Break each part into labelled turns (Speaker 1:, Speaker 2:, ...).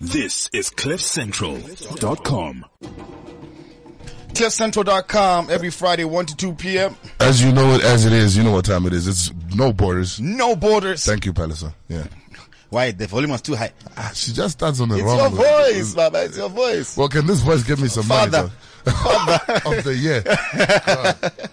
Speaker 1: This is CliffCentral.com.
Speaker 2: CliffCentral.com every Friday, 1 to 2 p.m.
Speaker 3: As you know it, as it is, you know what time it is. It's no borders.
Speaker 2: No borders.
Speaker 3: Thank you, Palliser. Yeah.
Speaker 2: Why? The volume was too high.
Speaker 3: Ah, She just starts on the
Speaker 2: It's
Speaker 3: wrong
Speaker 2: your
Speaker 3: way.
Speaker 2: voice, Baba. It's your voice.
Speaker 3: Well, can this voice give me some
Speaker 2: Father.
Speaker 3: money? Father. of the year.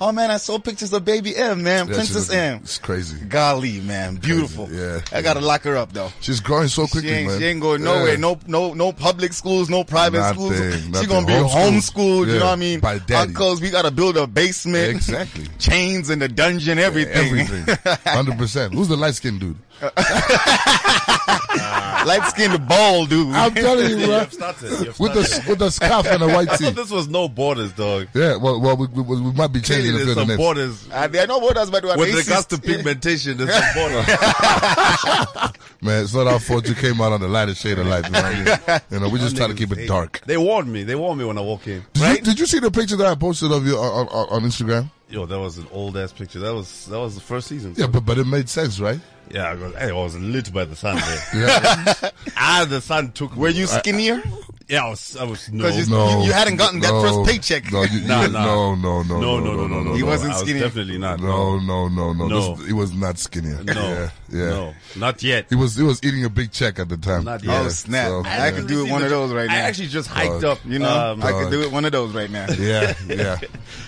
Speaker 2: Oh, man, I saw pictures of Baby M, man.
Speaker 3: Yeah, she
Speaker 2: Princess
Speaker 3: looking-
Speaker 2: M.
Speaker 3: It's crazy.
Speaker 2: Golly, man. Beautiful.
Speaker 3: yeah,
Speaker 2: I got to lock her up, though.
Speaker 3: She's growing so quickly,
Speaker 2: she ain't,
Speaker 3: man.
Speaker 2: she ain't going nowhere.
Speaker 3: Yeah.
Speaker 2: No, no, no public schools, no private
Speaker 3: Nothing,
Speaker 2: schools. She
Speaker 3: nothing.
Speaker 2: gonna be
Speaker 3: Homeschooled.
Speaker 2: homeschooled. You
Speaker 3: Yeah,
Speaker 2: know what I mean?
Speaker 3: by daddy.
Speaker 2: Uncles, we gotta build a basement.
Speaker 3: Exactly.
Speaker 2: Chains in the dungeon, everything.
Speaker 3: Everything. 100%. Who's the light skinned dude?
Speaker 2: Light skinned bald dude.
Speaker 3: I'm telling you,
Speaker 4: You
Speaker 3: bro.
Speaker 4: have started. You have
Speaker 3: With
Speaker 4: started.
Speaker 3: the, with the scarf and a white
Speaker 4: I
Speaker 3: tee.
Speaker 4: thought this was no borders, dog.
Speaker 3: Yeah, well, well we, we, we might be
Speaker 4: Clearly,
Speaker 3: changing the
Speaker 4: there's
Speaker 3: field
Speaker 4: some
Speaker 3: next.
Speaker 4: borders.
Speaker 2: Uh, there are no borders, but we are
Speaker 4: With
Speaker 2: racist.
Speaker 4: regards to pigmentation, there's some borders.
Speaker 3: Man, it's not our fault you came out on the lighter shade of light. You know, what I mean? You know, we just try to keep it dark.
Speaker 4: They warned me. They warned me when I walk in.
Speaker 3: Did, you, did you see the picture that I posted of you on, on, on Instagram?
Speaker 4: Yo, that was an old ass picture. That was that was the first season.
Speaker 3: Yeah, but, but it made sense, right?
Speaker 4: yeah. I was, hey, I was lit by the sun there.
Speaker 3: Yeah.
Speaker 4: ah, the sun took.
Speaker 2: Were
Speaker 4: Where
Speaker 2: you skinnier?
Speaker 4: Yeah, I was. I was no.
Speaker 2: 'Cause you-
Speaker 3: no,
Speaker 2: hadn't gotten that first paycheck.
Speaker 3: No, you, you-
Speaker 4: Nah, nah.
Speaker 3: no, no, no,
Speaker 4: no, no, no, no, no.
Speaker 2: He
Speaker 4: no.
Speaker 2: wasn't
Speaker 4: I was
Speaker 2: skinny.
Speaker 4: definitely not.
Speaker 3: No, no, no, no.
Speaker 4: No.
Speaker 3: This- he was not skinnier.
Speaker 4: no,
Speaker 3: yeah, yeah.
Speaker 4: no, not yet.
Speaker 3: He was he was eating a big check at the time.
Speaker 4: Not
Speaker 3: yeah,
Speaker 4: yet.
Speaker 2: Oh, snap.
Speaker 3: so-
Speaker 2: I could do one of those right
Speaker 4: I
Speaker 2: now. Uh,
Speaker 4: actually just hiked
Speaker 3: Dog.
Speaker 4: up.
Speaker 2: You know,
Speaker 4: um,
Speaker 2: I could do it one of those right now.
Speaker 3: yeah, yeah.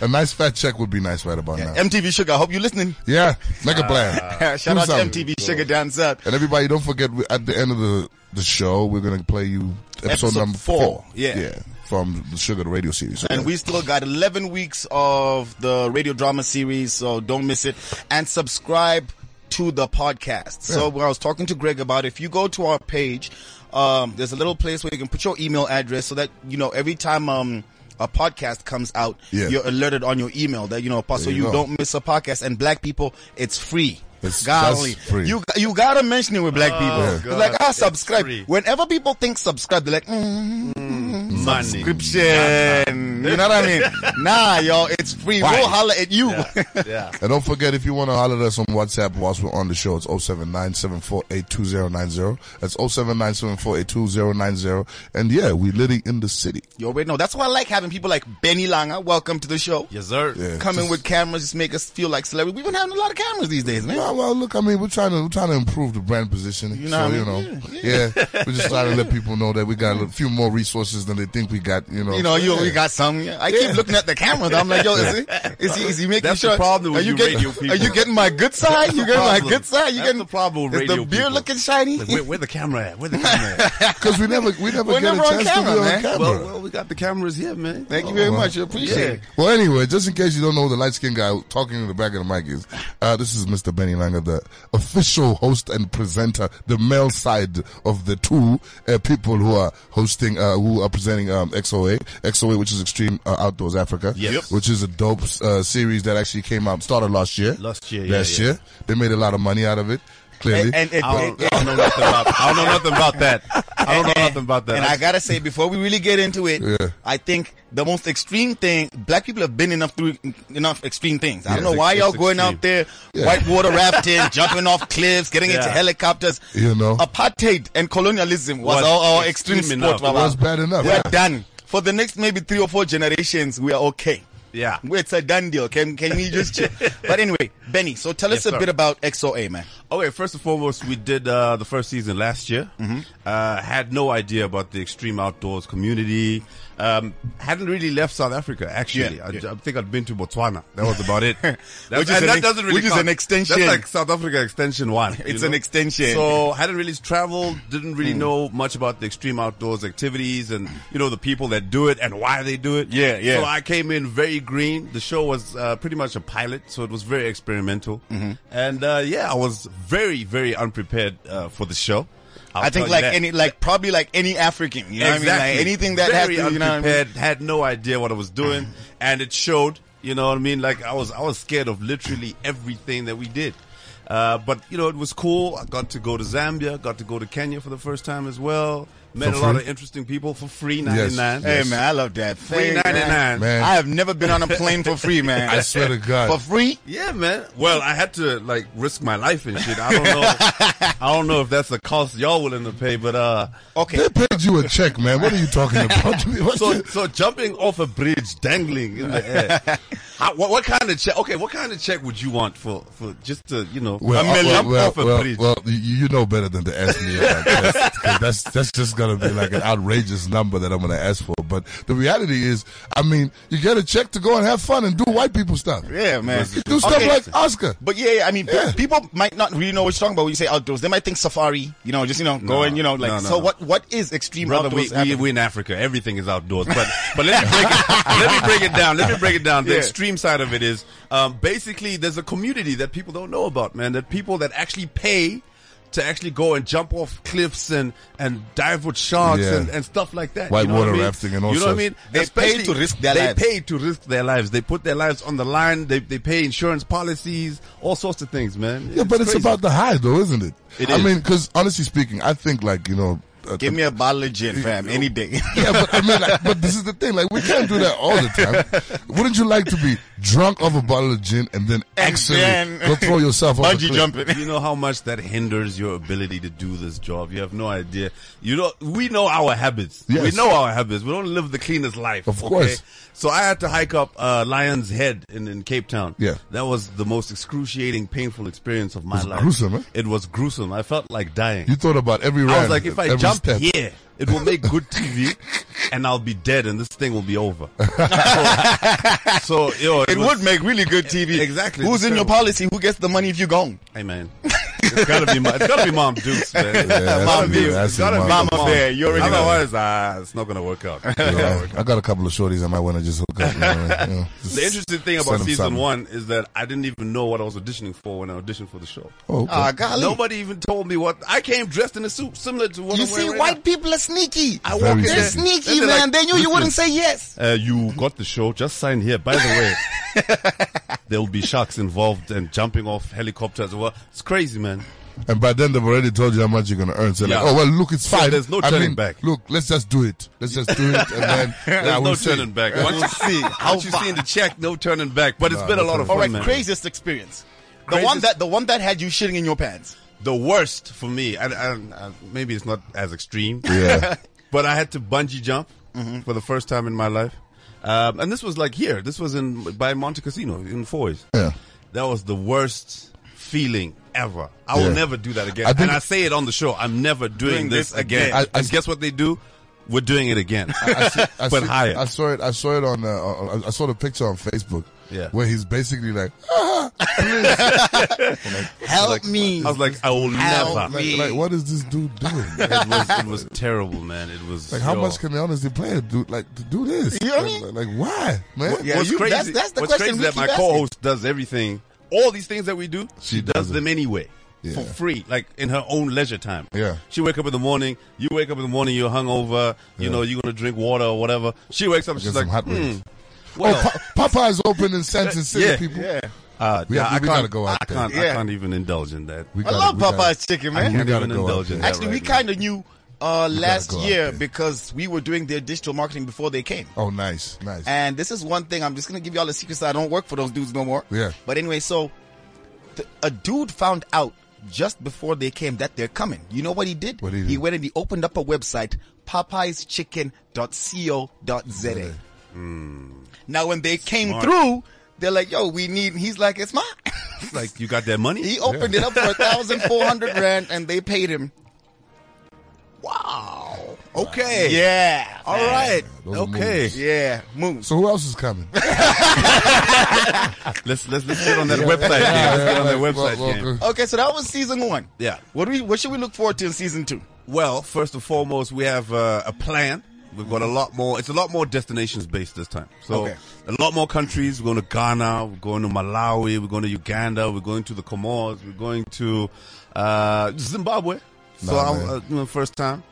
Speaker 3: A nice fat check would be nice right about now.
Speaker 2: MTV Sugar, I hope you're listening.
Speaker 3: yeah, make a plan.
Speaker 2: Shout out
Speaker 3: Do
Speaker 2: to
Speaker 3: something.
Speaker 2: MTV Sugar down south.
Speaker 3: And everybody, don't forget we- at the end of the, the show, we're gonna play you episode,
Speaker 2: Episode
Speaker 3: number
Speaker 2: four,
Speaker 3: four.
Speaker 2: yeah.
Speaker 3: from the Sugar the Radio series.
Speaker 2: And we still got 11 weeks of the radio drama series, so don't miss it. And subscribe to the podcast. So when I was talking to Greg about it, if you go to our page, um, there's a little place where you can put your email address so that, you know, every time, um, a podcast comes out,
Speaker 3: Yeah.
Speaker 2: you're alerted on your email that, you know, so
Speaker 3: you
Speaker 2: you,
Speaker 3: go.
Speaker 2: don't miss a podcast. And black people, it's free.
Speaker 3: It's
Speaker 2: Golly.
Speaker 3: just free.
Speaker 2: You, you gotta mention it with black people.
Speaker 4: Oh, God.
Speaker 2: It's like, ah,
Speaker 4: It's
Speaker 2: subscribe.
Speaker 4: free.
Speaker 2: Whenever people think subscribe, they're like, mm,
Speaker 4: money.
Speaker 2: subscription. You know what I mean? nah, y'all, it's free.
Speaker 4: Why?
Speaker 2: We'll holler at you.
Speaker 4: Yeah, yeah.
Speaker 3: And don't forget, if you want to holler at us on WhatsApp whilst we're on the show, it's 079-748-2090. That's 079-748-2090. And yeah, we're living in the city.
Speaker 2: you already know. That's why I like having people like Benny Langa. Welcome to the show.
Speaker 4: Yes, sir.
Speaker 3: Yeah,
Speaker 2: Coming
Speaker 3: just-
Speaker 2: with cameras just make us feel like celebrities. We've been having a lot of cameras these days, man.
Speaker 3: Well, well, look, I mean, we're trying to we're trying to improve the brand positioning.
Speaker 2: You
Speaker 3: so,
Speaker 2: know
Speaker 3: you
Speaker 2: what I
Speaker 3: know,
Speaker 2: mean?
Speaker 3: yeah, we're just trying to let people know that we got a few more resources than they think we got. You know,
Speaker 2: You know, you
Speaker 3: Yeah.
Speaker 2: we got some. yeah. I keep looking at the camera. though. I'm like, yo, is he, is he, is he making
Speaker 4: That's the
Speaker 2: sure?
Speaker 4: problem with
Speaker 2: are you
Speaker 4: you
Speaker 2: getting,
Speaker 4: radio
Speaker 2: Are
Speaker 4: people.
Speaker 2: you getting my good side? You
Speaker 4: the
Speaker 2: getting my
Speaker 4: problem.
Speaker 2: good side? You
Speaker 4: That's
Speaker 2: getting
Speaker 4: the problem with
Speaker 2: is
Speaker 4: radio
Speaker 2: the beer
Speaker 4: people.
Speaker 2: looking shiny?
Speaker 4: Like, where, where the camera at? Where the camera at?
Speaker 3: because we never we never
Speaker 2: We're
Speaker 3: get
Speaker 2: never
Speaker 3: a
Speaker 2: on
Speaker 3: chance
Speaker 2: camera,
Speaker 3: to be on
Speaker 2: man.
Speaker 3: camera.
Speaker 4: well, well, we got the cameras here, man.
Speaker 2: Thank you very
Speaker 3: well.
Speaker 2: much. I appreciate
Speaker 4: uh-huh. Yeah.
Speaker 2: it.
Speaker 3: Well, anyway, just in case you don't know who the light skinned guy talking in the back of the mic is, uh, this is Mr. Benny Langer, the official host and presenter, the male side of the two uh, people who are hosting, uh, who are presenting um, XOA, XOA, which is Extreme uh, Outdoors Africa,
Speaker 4: Yep.
Speaker 3: which is a dope uh, series that actually came out, started last year.
Speaker 4: Last year, yeah,
Speaker 3: Last
Speaker 4: yeah.
Speaker 3: year. They made a lot of money out of it, clearly.
Speaker 2: And, and, and,
Speaker 4: I don't, I don't know nothing about. I don't know nothing about that. I don't know nothing about that.
Speaker 2: And I gotta say, before we really get into it,
Speaker 3: Yeah.
Speaker 2: I think the most extreme thing black people have been enough through enough extreme things. I don't know
Speaker 4: It's
Speaker 2: why
Speaker 4: ex-
Speaker 2: y'all
Speaker 4: it's
Speaker 2: going
Speaker 4: extreme.
Speaker 2: out there,
Speaker 3: Yeah.
Speaker 2: white water rafting, jumping off cliffs, getting into
Speaker 4: Yeah.
Speaker 2: helicopters.
Speaker 3: You know.
Speaker 2: apartheid and colonialism was,
Speaker 4: Was
Speaker 2: our, our
Speaker 4: extreme
Speaker 2: extreme sport.
Speaker 4: enough. It
Speaker 2: Baba.
Speaker 3: was bad enough,
Speaker 2: We're
Speaker 3: yeah.
Speaker 2: done for the next maybe three or four generations. We are okay.
Speaker 4: Yeah.
Speaker 2: it's a done deal. Can can we just? chill? But anyway, Benny, so tell us
Speaker 4: Yes,
Speaker 2: a
Speaker 4: sir.
Speaker 2: bit about XOA, man.
Speaker 4: Okay, Oh, first and foremost, we did uh, the first season last year.
Speaker 2: Mm-hmm.
Speaker 4: Uh, had no idea about the extreme outdoors community. Um, hadn't really left South Africa actually.
Speaker 2: Yeah,
Speaker 4: I,
Speaker 2: yeah.
Speaker 4: I think I'd been to Botswana. That was about it. That's-
Speaker 2: Which is
Speaker 4: and
Speaker 2: an
Speaker 4: that
Speaker 2: ex-
Speaker 4: doesn't really
Speaker 2: which is
Speaker 4: count.
Speaker 2: an extension.
Speaker 4: That's like South Africa extension one. you
Speaker 2: It's
Speaker 4: know?
Speaker 2: an extension.
Speaker 4: So hadn't really traveled. Didn't really
Speaker 2: Hmm.
Speaker 4: know much about the extreme outdoors activities and you know the people that do it and why they do it.
Speaker 2: Yeah, yeah.
Speaker 4: So I came in very green. The show was uh, pretty much a pilot, so it was very experimental.
Speaker 2: Mm-hmm.
Speaker 4: And uh, yeah, I was very, very unprepared uh, for the show. I'll
Speaker 2: i think
Speaker 4: tell you
Speaker 2: like
Speaker 4: that.
Speaker 2: any, like probably like any African, you know
Speaker 4: exactly.
Speaker 2: what I mean? Like anything that
Speaker 4: very
Speaker 2: happened, you know what I mean? Mm.
Speaker 4: unprepared, Had no idea what I was doing, and it showed. You know what I mean? Like I was, I was scared of literally everything that we did. Uh, but you know, it was cool. I got to go to Zambia, got to go to Kenya for the first time as well. Met
Speaker 3: For
Speaker 4: a lot
Speaker 3: free?
Speaker 4: of interesting people for free
Speaker 3: Yes.
Speaker 4: 99.
Speaker 2: Hey man, I love that.
Speaker 4: Free
Speaker 2: Thank-
Speaker 4: 99.
Speaker 3: Man.
Speaker 2: I have never been on a plane for free, man.
Speaker 3: I swear to God.
Speaker 2: For free?
Speaker 4: Yeah, man. Well, I had to like risk my life and shit. I don't know. I don't know if that's the cost y'all willing to pay, but uh,
Speaker 2: Okay.
Speaker 3: They paid you a check, man. What are you talking about? What's
Speaker 4: so
Speaker 3: it?
Speaker 4: so jumping off a bridge, dangling in the air. How, what, what kind of check? Okay, what kind of check would you want for for just to you know
Speaker 3: Well,
Speaker 4: a
Speaker 3: uh,
Speaker 4: million
Speaker 3: well,
Speaker 4: jump
Speaker 3: well,
Speaker 4: off a
Speaker 3: well,
Speaker 4: bridge?
Speaker 3: well, you, you know better than to ask me about that. 'cause That's, that's just gonna be like an outrageous number that I'm gonna ask for. But the reality is, I mean, you get a check to go and have fun and do white people stuff.
Speaker 2: Yeah, man.
Speaker 3: Do stuff
Speaker 2: Okay.
Speaker 3: like Oscar.
Speaker 2: But yeah, yeah, I mean, people might not really know what you're talking about when you say outdoors. They might think safari, you know, just you know, going, you know, like.
Speaker 4: No, no,
Speaker 2: so
Speaker 4: no.
Speaker 2: what? What is extreme
Speaker 4: Brother, we,
Speaker 2: outdoors?
Speaker 4: we,
Speaker 2: happening?
Speaker 4: we in Africa. Everything is outdoors. But but let me break it, let me break it down. Let me break it down. The
Speaker 2: Yeah.
Speaker 4: extreme side of it is um, basically there's a community that people don't know about, man. That people that actually pay to actually go and jump off cliffs and and dive with sharks
Speaker 3: Yeah.
Speaker 4: and, and stuff like that.
Speaker 3: White
Speaker 4: you know what
Speaker 3: water
Speaker 4: I mean?
Speaker 3: rafting and all
Speaker 4: You know what I
Speaker 3: sorts.
Speaker 4: mean?
Speaker 2: They pay to risk their
Speaker 4: they
Speaker 2: lives.
Speaker 4: pay to risk their lives. They put their lives on the line. They they pay insurance policies, all sorts of things, man.
Speaker 3: Yeah, but it's,
Speaker 4: crazy.
Speaker 3: about the high, though, isn't it?
Speaker 4: It
Speaker 3: I
Speaker 4: is.
Speaker 3: mean, because honestly speaking, I think like you know. uh,
Speaker 2: Give me a bottle of gin, fam, any day.
Speaker 3: yeah, but I mean, like, but this is the thing. Like, we can't do that all the time. Wouldn't you like to be drunk off a bottle of gin and then actually
Speaker 2: then-
Speaker 3: go throw yourself off a
Speaker 2: Bungee
Speaker 3: cliff?
Speaker 2: jumping.
Speaker 4: you know how much that hinders your ability to do this job. You have no idea. You know, we know our habits.
Speaker 3: Yes.
Speaker 4: We know our habits. We don't live the cleanest life.
Speaker 3: Of course.
Speaker 4: So I had to hike up uh, Lion's Head in, in Cape Town.
Speaker 3: Yeah.
Speaker 4: That was the most excruciating, painful experience of my
Speaker 3: was
Speaker 4: life.
Speaker 3: gruesome, eh?
Speaker 4: It was gruesome. I felt like dying.
Speaker 3: You thought about every round.
Speaker 4: I was like, if I
Speaker 3: every
Speaker 4: jump
Speaker 3: step.
Speaker 4: here, it will make good TV, and I'll be dead, and this thing will be over. so, so, yo,
Speaker 2: It
Speaker 4: was-
Speaker 2: would make really good TV.
Speaker 4: Exactly.
Speaker 2: Who's in your
Speaker 4: Terrible.
Speaker 2: policy? Who gets the money if you're gone?
Speaker 4: Hey man, it's gotta be my, it's gotta be Mom Dukes, man.
Speaker 3: that's
Speaker 4: Mom
Speaker 3: it,
Speaker 4: Dukes,
Speaker 3: that's
Speaker 4: it's
Speaker 3: it,
Speaker 4: gotta be
Speaker 3: Mom.
Speaker 2: Mama Bear, you already know.
Speaker 4: Otherwise, uh, it's not gonna work out.
Speaker 3: You know, I got a couple of shorties I might want to just hook up. You know, you know, just
Speaker 4: the interesting thing
Speaker 3: send
Speaker 4: about
Speaker 3: 'em
Speaker 4: season
Speaker 3: something.
Speaker 4: one is that I didn't even know what I was auditioning for when I auditioned for the show.
Speaker 3: Oh, okay.
Speaker 2: Ah,
Speaker 4: uh,
Speaker 2: golly.
Speaker 4: Nobody even told me what. I came dressed in a suit similar to what
Speaker 2: you
Speaker 4: I'm
Speaker 2: see,
Speaker 4: wearing right
Speaker 2: white
Speaker 4: now.
Speaker 2: people are sneaky.
Speaker 4: I
Speaker 3: Very
Speaker 4: walk in
Speaker 3: sneaky.
Speaker 2: They're
Speaker 4: there,
Speaker 2: sneaky,
Speaker 4: and they're
Speaker 2: man.
Speaker 4: like,
Speaker 2: they knew you
Speaker 4: "Listen,
Speaker 2: wouldn't say yes.
Speaker 4: Uh, you got the show. Just sign here. By the way, there will be sharks involved and jumping off helicopters. Well, it's crazy, man.
Speaker 3: And by then they've already told you how much you're gonna earn. So
Speaker 4: Yeah.
Speaker 3: like, oh well, look, it's
Speaker 4: So
Speaker 3: fine.
Speaker 4: there's no
Speaker 3: I
Speaker 4: turning
Speaker 3: mean,
Speaker 4: back.
Speaker 3: Look, let's just do it. Let's just do it, and then
Speaker 4: There's
Speaker 3: I will
Speaker 4: no
Speaker 3: see.
Speaker 4: turning back. Once you see, once you see in the check, no turning back. But it's
Speaker 3: Nah,
Speaker 4: been a
Speaker 3: no
Speaker 4: lot
Speaker 3: turning
Speaker 4: of fun,
Speaker 2: All right,
Speaker 4: man.
Speaker 2: craziest experience. The
Speaker 4: Craziest-
Speaker 2: one that the one that had you shitting in your pants.
Speaker 4: The worst for me, I, I, I, maybe it's not as extreme,
Speaker 3: Yeah.
Speaker 4: but I had to bungee jump for the first time in my life, um, and this was like here. This was in by Monte Casino in Foy's.
Speaker 3: Yeah.
Speaker 4: That was the worst feeling ever. I
Speaker 3: Yeah.
Speaker 4: will never do that again.
Speaker 3: I think-
Speaker 4: and I say it on the show. I'm never
Speaker 2: Doing
Speaker 4: doing, this,
Speaker 2: this
Speaker 4: again.
Speaker 2: again.
Speaker 3: I- I-
Speaker 4: and guess what they do? We're doing it again,
Speaker 3: I see- I
Speaker 4: but
Speaker 3: see-
Speaker 4: higher.
Speaker 3: I saw it. I saw it on. Uh, on- I saw the picture on Facebook.
Speaker 4: Yeah.
Speaker 3: Where he's basically like,
Speaker 2: Help me.
Speaker 4: I was like, I will
Speaker 2: Help
Speaker 4: never.
Speaker 3: like,
Speaker 2: Me.
Speaker 3: like, what is this dude doing?
Speaker 4: It was, it was terrible, man. It was
Speaker 3: Like, how
Speaker 4: yo.
Speaker 3: much can the honestly player do? Like, to do this?
Speaker 2: You know what I mean?
Speaker 3: Like, like, why, man?
Speaker 2: Yeah,
Speaker 4: what's
Speaker 2: you-
Speaker 4: crazy,
Speaker 2: that's- that's the
Speaker 4: what's
Speaker 2: question
Speaker 4: crazy
Speaker 2: we
Speaker 4: that my
Speaker 2: keep asking.
Speaker 4: co-host does everything. All these things that we do, she,
Speaker 3: She
Speaker 4: does
Speaker 3: does it.
Speaker 4: them anyway.
Speaker 3: Yeah.
Speaker 4: For free, like in her own leisure time.
Speaker 3: Yeah.
Speaker 4: She wake up in the morning, you wake up in the morning, you're hungover, you know, you're gonna drink water or whatever. She wakes up,
Speaker 3: Get
Speaker 4: she's like,
Speaker 3: some hot
Speaker 4: hmm,
Speaker 3: wings.
Speaker 4: well,
Speaker 3: oh, pa- Popeye's open in Sanson City,
Speaker 4: yeah,
Speaker 3: people.
Speaker 2: yeah.
Speaker 4: uh,
Speaker 3: We
Speaker 4: yeah,
Speaker 3: have-
Speaker 4: I
Speaker 3: we
Speaker 4: can't
Speaker 3: gotta go out
Speaker 4: I
Speaker 3: there.
Speaker 4: can't,
Speaker 2: Yeah.
Speaker 4: I can't even indulge in that.
Speaker 3: We
Speaker 2: I
Speaker 3: gotta-
Speaker 2: love
Speaker 3: we gotta-
Speaker 2: Popeye's chicken,
Speaker 3: I
Speaker 2: man.
Speaker 3: can't
Speaker 4: We gotta
Speaker 3: even
Speaker 4: go
Speaker 3: indulge
Speaker 4: out
Speaker 3: in
Speaker 4: there.
Speaker 3: that.
Speaker 2: Actually, we
Speaker 4: right, man.
Speaker 2: kind of knew uh, last
Speaker 3: go out
Speaker 2: year
Speaker 3: there.
Speaker 2: because we were doing their digital marketing before they came.
Speaker 3: Oh, nice, nice.
Speaker 2: And this is one thing I'm just gonna give y'all a secret. So I don't work for those dudes no more.
Speaker 3: Yeah.
Speaker 2: But anyway, so th- a dude found out just before they came that they're coming. You know what he did?
Speaker 3: What did he
Speaker 2: He
Speaker 3: do?
Speaker 2: went and he opened up a website, PopeyesChicken.co.za. Now when they came through, they're like, "Yo, we need." He's like, "It's mine."
Speaker 4: like you got that money?
Speaker 2: he opened it up for a thousand four hundred rand, and they paid him. Wow.
Speaker 4: okay.
Speaker 2: Yeah.
Speaker 4: All right.
Speaker 3: those are
Speaker 4: okay.
Speaker 3: moves.
Speaker 2: Yeah. Moves.
Speaker 3: so who else is coming?
Speaker 4: Let's let's let's get on that website game. Let's get on that website game.
Speaker 2: Okay, so that was season one.
Speaker 4: Yeah.
Speaker 2: What do we? What should we look forward to in season two?
Speaker 4: Well, first and foremost, we have uh, a plan. We've got a lot more. It's a lot more destinations based this time. So
Speaker 2: Okay.
Speaker 4: a lot more countries. We're going to Ghana. We're going to Malawi. We're going to Uganda. We're going to the Comoros. We're going to uh, Zimbabwe. So
Speaker 3: Nah,
Speaker 4: I'm
Speaker 3: man.
Speaker 4: uh, you know, first time.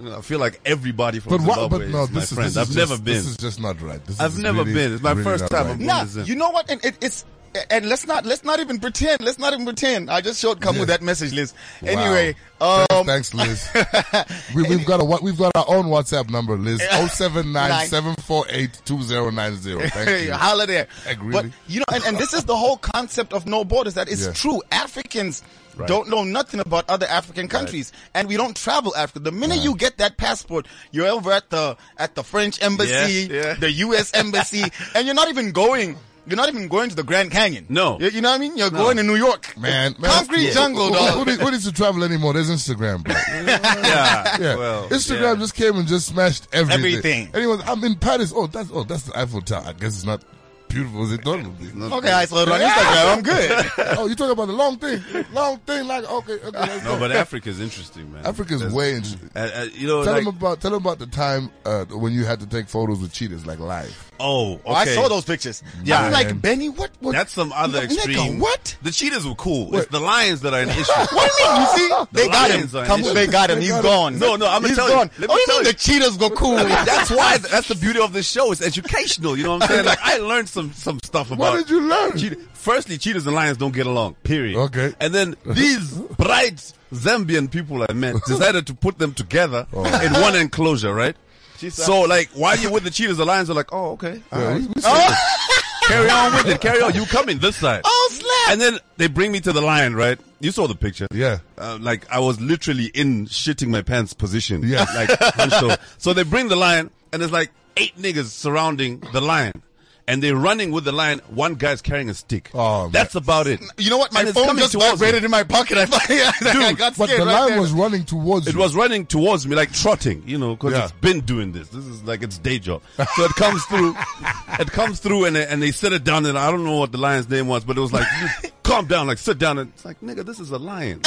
Speaker 4: You know, I feel like everybody from
Speaker 3: But what?
Speaker 4: Zimbabwe
Speaker 3: But no,
Speaker 4: is my
Speaker 3: this is,
Speaker 4: friend.
Speaker 3: this
Speaker 4: I've
Speaker 3: is
Speaker 4: never
Speaker 3: just,
Speaker 4: been.
Speaker 3: This is just not right. This
Speaker 4: I've
Speaker 3: is
Speaker 4: never
Speaker 3: really,
Speaker 4: been. It's my
Speaker 3: really
Speaker 4: first
Speaker 3: not
Speaker 4: time.
Speaker 3: right.
Speaker 4: I'm-
Speaker 2: Nah,
Speaker 4: is it?
Speaker 2: you know what? And it, it's A- And let's not let's not even pretend. Let's not even pretend. I just showed Kamu that message list. Anyway, um,
Speaker 3: Thanks, Liz. we, we've got a wa- we've got our own WhatsApp number, Liz. Oh seven nine seven four eight two zero nine zero. Thank you.
Speaker 2: holla there.
Speaker 3: Like,
Speaker 2: But
Speaker 3: really?
Speaker 2: you know, and, and this is the whole concept of no borders. That is
Speaker 3: Yeah.
Speaker 2: true. Africans don't know nothing about other African countries, and we don't travel Africa. The minute you get that passport, you're over at the at the French embassy,
Speaker 4: Yeah, yeah.
Speaker 2: the U.S. embassy, and you're not even going. You're not even going to the Grand Canyon.
Speaker 4: No.
Speaker 2: you, you know what I mean. You're going to New York,
Speaker 3: Man, man.
Speaker 2: Concrete jungle,
Speaker 3: Who-
Speaker 2: dog.
Speaker 3: Who, needs- who needs to travel anymore? There's Instagram, bro.
Speaker 4: yeah,
Speaker 3: Yeah.
Speaker 4: well,
Speaker 3: Instagram
Speaker 4: yeah.
Speaker 3: just came and just smashed everything.
Speaker 2: Everything.
Speaker 3: Anyone, I'm in Paris. Oh, that's oh, that's the Eiffel Tower. I guess it's not beautiful as it Oh, thought it would be.
Speaker 2: Okay, I saw it on Instagram. I'm good.
Speaker 3: oh, you talking about the long thing, long thing? Like okay, okay. let's
Speaker 4: No,
Speaker 3: go.
Speaker 4: but Africa's interesting, man.
Speaker 3: Africa's
Speaker 4: There's-
Speaker 3: way. Interesting.
Speaker 4: Uh, uh, you know,
Speaker 3: Tell
Speaker 4: like,
Speaker 3: them about tell them about the time uh, when you had to take photos with cheaters, like live.
Speaker 4: oh, okay.
Speaker 2: I saw those pictures.
Speaker 4: Yeah.
Speaker 2: I'm
Speaker 3: Man.
Speaker 2: like Benny. What? what
Speaker 4: That's some other
Speaker 2: Nigga,
Speaker 4: extreme.
Speaker 2: what?
Speaker 4: The cheeters were cool.
Speaker 3: What?
Speaker 4: It's the lions that are an issue.
Speaker 2: What do you mean? You see, they got him.
Speaker 4: Lions are an
Speaker 2: Come,
Speaker 4: issue.
Speaker 2: they got him. He's gone.
Speaker 4: No, no, I'ma
Speaker 2: He's
Speaker 4: tell you.
Speaker 2: gone.
Speaker 4: Let me
Speaker 2: What do you
Speaker 4: tell
Speaker 2: mean
Speaker 4: you.
Speaker 2: the cheeters go cool?
Speaker 4: That's why. That's the beauty of this show. It's educational. You know what I'm saying? Like I learned some some stuff about.
Speaker 3: What did you learn?
Speaker 4: Cheetah- Firstly, cheetahs and lions don't get along. Period.
Speaker 3: Okay.
Speaker 4: And then these bright Zambian people I met decided to put them together
Speaker 3: Oh.
Speaker 4: in one enclosure, right? So like, while you're with the cheetahs, the lions are like, "Oh, okay, all right.
Speaker 3: we- we
Speaker 4: carry on with it, carry on. You come in this side."
Speaker 2: Oh slap!
Speaker 4: And then they bring me to the lion, right? You saw the picture.
Speaker 3: Yeah.
Speaker 4: Uh, like I was literally in shitting my pants position.
Speaker 3: Yeah.
Speaker 4: Like hunched over. So they bring the lion and there's like eight niggas surrounding the lion. And they're running with the lion. One guy's carrying a stick.
Speaker 3: Oh, man.
Speaker 4: That's about it.
Speaker 2: you know what? My
Speaker 4: And it's
Speaker 2: phone
Speaker 4: coming
Speaker 2: just
Speaker 4: towards
Speaker 2: vibrated
Speaker 4: me.
Speaker 2: in my pocket. I, I got
Speaker 3: But
Speaker 2: scared
Speaker 3: the
Speaker 2: right
Speaker 3: lion
Speaker 2: there.
Speaker 3: was running towards
Speaker 4: It
Speaker 3: you.
Speaker 4: was running towards me, like trotting, you know, because
Speaker 3: Yeah.
Speaker 4: it's been doing this. This is like its day job. So it comes through, it comes through, and they, and they set it down. And I don't know what the lion's name was, but it was like, calm down, like sit down. And it's like, nigga, this is a lion.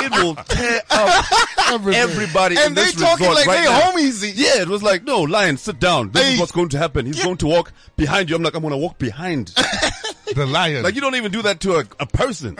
Speaker 4: it will tear up
Speaker 3: Everything.
Speaker 4: everybody. in
Speaker 2: and they
Speaker 4: this
Speaker 2: talking like
Speaker 4: resort right
Speaker 2: they
Speaker 4: now.
Speaker 2: homies.
Speaker 4: Yeah, it was like, no, lion, sit down. This
Speaker 2: Hey.
Speaker 4: is what's going to happen. He's going to walk behind you. I'm like, I'm going to walk behind.
Speaker 3: the lion.
Speaker 4: like you don't even do that to a, a person.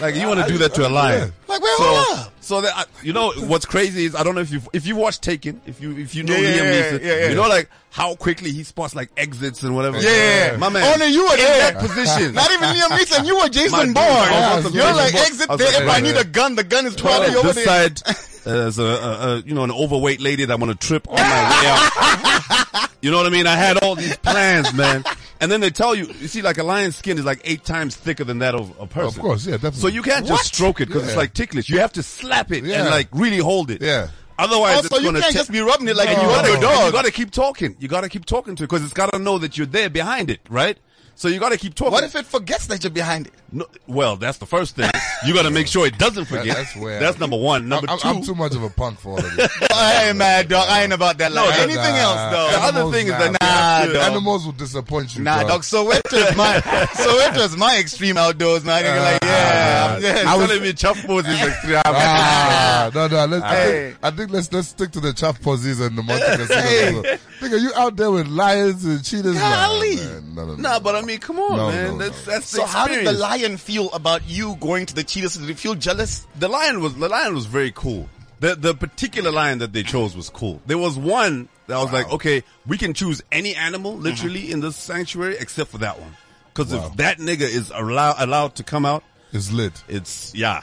Speaker 4: like you want to do that to a lion.
Speaker 2: Like, wait, hold
Speaker 4: So,
Speaker 2: up.
Speaker 4: so that I, you know what's crazy is I don't know if you if you watch Taken, if you if you know
Speaker 2: Yeah, yeah,
Speaker 4: Liam
Speaker 2: yeah,
Speaker 4: Neeson,
Speaker 2: yeah, yeah.
Speaker 4: you know like how quickly he spots like exits and whatever.
Speaker 2: Yeah,
Speaker 4: my man.
Speaker 2: Only you were
Speaker 4: in
Speaker 2: there.
Speaker 4: that position.
Speaker 2: Not even Liam Neeson. You were Jason
Speaker 4: My dude, I
Speaker 3: was
Speaker 2: Bourne.
Speaker 3: also
Speaker 2: You're
Speaker 3: Jason
Speaker 2: like
Speaker 4: Bourne.
Speaker 2: exit
Speaker 4: I was
Speaker 2: there.
Speaker 4: like,
Speaker 2: If I
Speaker 4: yeah,
Speaker 2: need
Speaker 4: yeah.
Speaker 2: a gun, the gun is
Speaker 4: Well,
Speaker 2: probably over
Speaker 4: this
Speaker 2: there.
Speaker 4: side, uh, there's a, a, a you know an overweight lady that I'm gonna trip on my way out. You know what I mean? I had all these plans, man. And then they tell you, you see, like a lion's skin is like eight times thicker than that of a person.
Speaker 3: Of course, yeah, definitely.
Speaker 4: So you can't just
Speaker 3: What?
Speaker 4: stroke it because
Speaker 3: Yeah.
Speaker 4: it's like ticklish. You have to slap it
Speaker 3: Yeah.
Speaker 4: and like really hold it.
Speaker 3: Yeah.
Speaker 4: Otherwise,
Speaker 2: Also,
Speaker 4: it's
Speaker 2: you
Speaker 4: gonna
Speaker 2: can't
Speaker 4: te-
Speaker 2: just be rubbing it like
Speaker 3: No.
Speaker 2: you
Speaker 4: you
Speaker 2: want
Speaker 4: gotta,
Speaker 2: your
Speaker 3: No.
Speaker 2: dog.
Speaker 4: you gotta keep talking. You gotta keep talking to it because it's gotta know that you're there behind it, right? So you gotta keep talking.
Speaker 2: What if it forgets that you're behind it?
Speaker 4: No, well, that's the first thing. You gotta make sure it doesn't forget.
Speaker 3: that's where-
Speaker 4: number one. Number
Speaker 3: I'm,
Speaker 4: 2
Speaker 3: I'm too much of a punk for all of this.
Speaker 2: I ain't mad, dog. I ain't about that. Like anything else, though.
Speaker 4: The other thing is that-
Speaker 2: Nah,
Speaker 3: the
Speaker 2: dog.
Speaker 3: animals will disappoint you.
Speaker 2: Nah,
Speaker 3: dog.
Speaker 2: dog. Soweto is my Soweto is my extreme outdoors. Now nigga, like yeah, I'm just-
Speaker 4: Uh, I was telling me Chuff Moses is extreme.
Speaker 3: Ah, no, no. Let's, I,
Speaker 2: Hey.
Speaker 3: think, I think let's let's stick to the chop poses and the monkey. hey. Nigga, you out there with lions and cheetahs? Nah,
Speaker 2: Golly.
Speaker 3: man. No, no, no.
Speaker 4: Nah, but I mean, come on,
Speaker 3: No, no,
Speaker 4: man. that's
Speaker 3: no.
Speaker 4: that's the
Speaker 2: So how did the
Speaker 4: experience.
Speaker 2: lion feel about you going to the cheetahs? Did he feel jealous?
Speaker 4: the lion was the lion was very cool. The the particular lion that they chose was cool. There was one that I was like, okay, we can choose any animal literally in this sanctuary except for that one, because
Speaker 3: Wow.
Speaker 4: if that nigga is allow, allowed to come out,
Speaker 3: It's lit.
Speaker 4: it's yeah,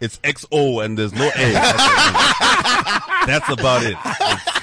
Speaker 4: it's XO and there's no A. That's about it.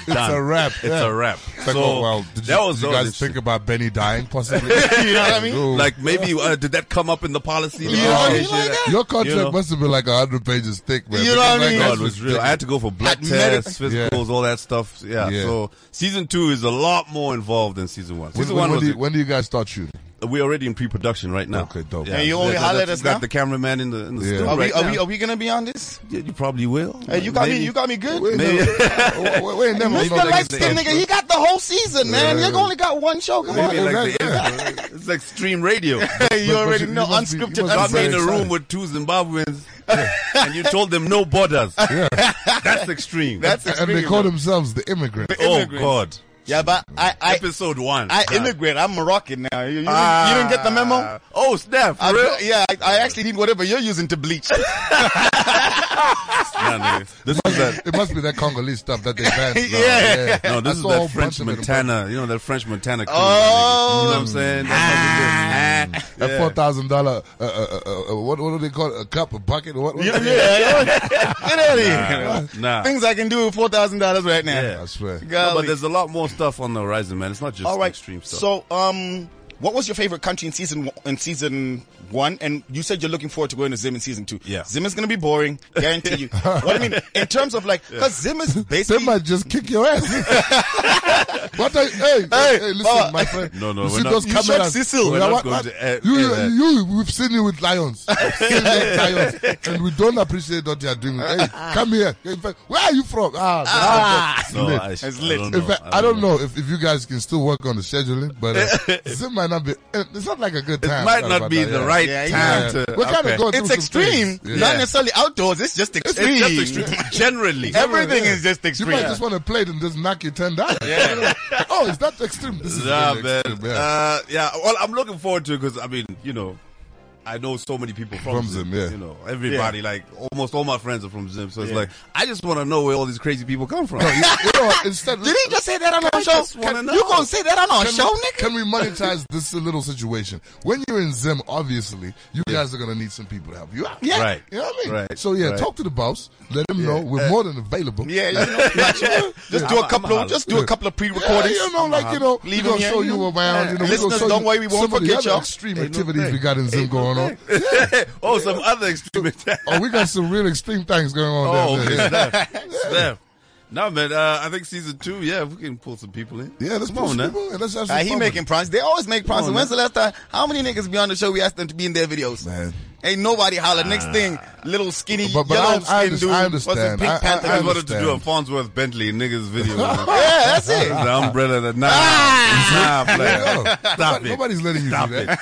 Speaker 4: It's, done.
Speaker 3: a wrap,
Speaker 4: It's
Speaker 3: yeah.
Speaker 4: a wrap.
Speaker 3: It's like,
Speaker 4: so
Speaker 3: oh, wow. Did you,
Speaker 4: that was
Speaker 3: did you
Speaker 4: that was
Speaker 3: guys think about Benny dying possibly?
Speaker 4: you know what I
Speaker 3: mean? No.
Speaker 4: mean? Like maybe uh, did that come up in the policy? Oh,
Speaker 2: Yeah.
Speaker 4: negotiation?
Speaker 2: Like that?
Speaker 3: Your contract
Speaker 4: You know.
Speaker 3: must have been like hundred pages thick, man.
Speaker 2: You know what I mean?
Speaker 4: No,
Speaker 3: That's
Speaker 4: it was real. I had to go for blood
Speaker 2: Like medic-
Speaker 4: tests, physicals, all that stuff. Yeah.
Speaker 3: Yeah.
Speaker 4: So season two is a lot more involved than season one.
Speaker 3: When,
Speaker 4: Season
Speaker 3: when-
Speaker 4: one
Speaker 3: when
Speaker 4: was
Speaker 3: do you, when do you guys start shooting?
Speaker 4: we're already in pre-production right now.
Speaker 3: Okay, dope.
Speaker 2: And you
Speaker 4: So
Speaker 2: only
Speaker 4: that-
Speaker 2: holler at
Speaker 4: that's-
Speaker 2: us
Speaker 4: got
Speaker 2: now?
Speaker 4: the cameraman in the in the
Speaker 3: Yeah.
Speaker 4: studio
Speaker 2: Are we
Speaker 4: right
Speaker 2: are
Speaker 4: now.
Speaker 2: we are we gonna be on this?
Speaker 4: Yeah, you probably will.
Speaker 2: Hey, you got
Speaker 4: Maybe.
Speaker 2: me. You got me good.
Speaker 3: Wait,
Speaker 4: Maybe.
Speaker 3: never, wait, wait, never.
Speaker 2: Mr.
Speaker 3: no, no,
Speaker 2: light skin nigga, he got the whole season, man.
Speaker 3: Yeah.
Speaker 2: You only got one show. Come on.
Speaker 4: Maybe
Speaker 3: Yeah,
Speaker 4: like the
Speaker 3: yeah.
Speaker 4: intro. it's extreme radio.
Speaker 2: Hey, you
Speaker 3: but
Speaker 2: already
Speaker 3: you- you
Speaker 2: know
Speaker 3: must be- you
Speaker 2: unscripted.
Speaker 3: must
Speaker 4: Got
Speaker 3: be
Speaker 4: me
Speaker 2: unscripted.
Speaker 4: in a
Speaker 3: Very
Speaker 4: room
Speaker 3: excited.
Speaker 4: with two Zimbabweans, and you told them no borders. That's extreme.
Speaker 2: That's
Speaker 3: And they
Speaker 2: extreme,
Speaker 3: call
Speaker 2: though.
Speaker 3: themselves the immigrants.
Speaker 4: oh
Speaker 2: immigrants.
Speaker 4: God.
Speaker 2: Yeah, but I, I,
Speaker 4: Episode one.
Speaker 2: I
Speaker 4: Done.
Speaker 2: immigrate. I'm Moroccan now. You, you, didn't-
Speaker 4: Ah.
Speaker 2: you didn't get the memo?
Speaker 4: Oh, Steph, for
Speaker 2: I,
Speaker 4: real?
Speaker 2: yeah, I, I actually need whatever you're using to bleach.
Speaker 4: Nah, nigga. This is that.
Speaker 3: It must be that Congolese stuff that they banned. now.
Speaker 2: Yeah.
Speaker 4: No,
Speaker 3: I
Speaker 4: this is
Speaker 3: saw a whole
Speaker 4: that
Speaker 3: bunch
Speaker 4: French
Speaker 3: of it.
Speaker 4: Montana. You know that French Montana. Crew,
Speaker 2: Oh.
Speaker 4: nigga. you know what I'm saying? That's how they do it.
Speaker 3: That four thousand dollar, uh, uh, uh, uh, what what do they call it? A cup, a bucket, what? what
Speaker 2: yeah, yeah. Get out of here.
Speaker 4: Nah. Nah.
Speaker 2: Things I can do with four thousand dollars right now.
Speaker 4: Yeah.
Speaker 3: I swear.
Speaker 4: No,
Speaker 2: Golly.
Speaker 4: but there's a lot more stuff on the horizon, man. It's not just
Speaker 2: All right.
Speaker 4: extreme stuff.
Speaker 2: So, um, what was your favorite country in season in season one? And you said you're looking forward to going to Zim in season two.
Speaker 4: Yeah.
Speaker 2: Zim is gonna be boring, guarantee you. what I mean in terms of like, because Zim is
Speaker 3: They
Speaker 2: basically
Speaker 3: might just kick your ass. what are you, hey, hey, hey, listen,
Speaker 2: uh,
Speaker 3: my friend.
Speaker 4: No, no,
Speaker 3: you
Speaker 4: we're
Speaker 3: see
Speaker 4: not-
Speaker 3: those
Speaker 4: You
Speaker 2: shot
Speaker 3: cameras.
Speaker 2: Cecil. We're
Speaker 3: Yeah,
Speaker 4: not
Speaker 3: what-
Speaker 4: going
Speaker 3: what-
Speaker 4: to air-
Speaker 3: you,
Speaker 4: air that.
Speaker 3: you, we've seen you with lions. We've seen you with lions. And we don't appreciate what you are doing. Hey, come here. In fact, Where are you from? Ah, that's-
Speaker 4: No,
Speaker 3: lit.
Speaker 4: I, sh-
Speaker 2: It's
Speaker 4: I
Speaker 2: lit.
Speaker 4: don't know.
Speaker 3: In fact, I don't know if, if you guys can still work on the scheduling, but uh, Zim might not be. It's not like a good
Speaker 4: It
Speaker 3: time.
Speaker 4: might
Speaker 3: Sorry
Speaker 4: not
Speaker 3: about
Speaker 4: be
Speaker 3: that,
Speaker 4: the
Speaker 3: yeah.
Speaker 4: right
Speaker 2: Yeah,
Speaker 4: time
Speaker 3: Yeah.
Speaker 4: to.
Speaker 3: We're kind of
Speaker 4: okay.
Speaker 3: going
Speaker 2: it's
Speaker 3: through some
Speaker 2: extreme.
Speaker 3: things.
Speaker 2: Not
Speaker 4: Yeah.
Speaker 2: necessarily outdoors, it's just extreme.
Speaker 4: It's just extreme. Generally.
Speaker 2: Everything is just
Speaker 3: You
Speaker 2: extreme.
Speaker 3: might just want to play it and just knock your ten down. oh, is that extreme? This is
Speaker 4: Yeah,
Speaker 3: really
Speaker 4: man.
Speaker 3: extreme, yeah.
Speaker 4: Uh, yeah. Well, I'm looking forward to it because I mean, you know, I know so many people from,
Speaker 3: From
Speaker 4: Zim.
Speaker 3: Zim, yeah.
Speaker 4: You know, everybody, like almost all my friends are from Zim. So it's like I just want to know where all these crazy people come from.
Speaker 3: No, you, you know what? Instead,
Speaker 2: Did he just say that on our show?
Speaker 4: just wanna
Speaker 2: Can-
Speaker 4: know.
Speaker 2: You gonna say that on our
Speaker 3: can,
Speaker 2: show, nigga?
Speaker 3: can we monetize this little situation? When you're in Zim, obviously, you guys are gonna need some people to help you out.
Speaker 2: Yeah.
Speaker 4: Right.
Speaker 3: You know what I mean?
Speaker 4: Right.
Speaker 3: So yeah,
Speaker 4: Right.
Speaker 3: talk to the boss. Let him know we're more than available.
Speaker 2: Uh, Yeah, you know, not you. just do
Speaker 4: I'm a-
Speaker 2: a couple
Speaker 4: I'm a-
Speaker 2: of just do a couple of
Speaker 3: Yeah,
Speaker 2: pre-recordings.
Speaker 3: you know, like you know,
Speaker 2: Leave
Speaker 3: we're
Speaker 2: him
Speaker 3: gonna
Speaker 2: here,
Speaker 3: show
Speaker 2: you
Speaker 3: you
Speaker 2: know.
Speaker 3: around. You know, we're gonna
Speaker 2: Listeners,
Speaker 3: show
Speaker 2: don't
Speaker 3: you
Speaker 2: worry, we won't
Speaker 3: some of the
Speaker 2: forget
Speaker 3: other
Speaker 2: y'all.
Speaker 3: Extreme
Speaker 4: Ain't no
Speaker 3: activities
Speaker 4: thing.
Speaker 3: we got in Zim going on.
Speaker 4: oh, some other extreme attack.
Speaker 3: Oh, we got some real extreme things going on
Speaker 4: Oh,
Speaker 3: down there.
Speaker 4: okay,
Speaker 3: Yeah.
Speaker 4: Steph. Steph. No, man, uh, I think season two, yeah, if we can pull some people in.
Speaker 3: Yeah, let's
Speaker 4: Come
Speaker 3: pull
Speaker 4: on,
Speaker 3: some
Speaker 4: now.
Speaker 3: people and let's have some
Speaker 2: Uh, he
Speaker 3: fun with
Speaker 2: making
Speaker 3: it.
Speaker 2: promises. They always make promises.
Speaker 4: on,
Speaker 2: When's the last time? How many niggas be on the show? We asked them to be in their videos.
Speaker 3: Man.
Speaker 2: Ain't nobody holler. Next thing, little skinny
Speaker 3: Ah. But- but I-
Speaker 2: yellow
Speaker 3: I
Speaker 2: skin
Speaker 3: under-
Speaker 2: dude.
Speaker 3: I
Speaker 2: What's
Speaker 3: understand.
Speaker 2: his Pink
Speaker 3: I- I-
Speaker 2: Panther?
Speaker 4: I, wanted to
Speaker 3: understand.
Speaker 4: do a Farnsworth Bentley niggas video. the
Speaker 2: yeah, that's it.
Speaker 4: umbrella that nah,
Speaker 2: Ah!
Speaker 4: nah,
Speaker 3: No,
Speaker 4: player. Stop
Speaker 3: nobody-
Speaker 4: it.
Speaker 3: nobody's letting you
Speaker 4: Stop
Speaker 3: do that.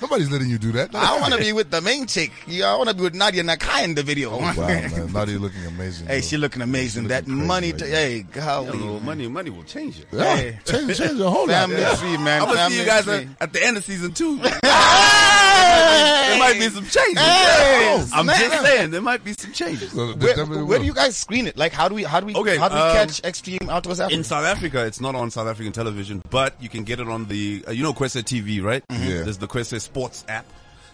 Speaker 3: Nobody's letting you do that.
Speaker 2: I want to be with the main chick. Yeah, I want to be with Nadia Nakai in the video.
Speaker 3: Oh, Wow, man, Nadia looking amazing.
Speaker 2: hey,
Speaker 3: bro.
Speaker 2: she looking amazing.
Speaker 3: She
Speaker 2: that
Speaker 3: looking crazy
Speaker 2: money.
Speaker 3: right
Speaker 2: to-
Speaker 3: now.
Speaker 2: hey, golly.
Speaker 4: Well, money, money will change it.
Speaker 3: Yeah,
Speaker 2: Hey.
Speaker 3: change, change your whole life.
Speaker 2: Family tree, man.
Speaker 4: I'm gonna
Speaker 2: Family
Speaker 4: see you guys at,
Speaker 2: tree.
Speaker 4: at the end of season two. there
Speaker 2: Hey!
Speaker 4: might be some changes.
Speaker 2: Hey, Oh,
Speaker 4: I'm
Speaker 2: snap.
Speaker 4: just saying, there might be some changes.
Speaker 3: So they
Speaker 2: Where,
Speaker 3: definitely
Speaker 2: where do
Speaker 3: will.
Speaker 2: you guys screen it? Like, how do we, how do we,
Speaker 4: Okay,
Speaker 2: how do we
Speaker 4: um,
Speaker 2: catch extreme outdoors Africa?
Speaker 4: In South Africa, it's not on South African television, but you can get it on the, uh, you know, Questa TV, right?
Speaker 2: Mm-hmm.
Speaker 3: Yeah.
Speaker 4: There's the Questa Sports app.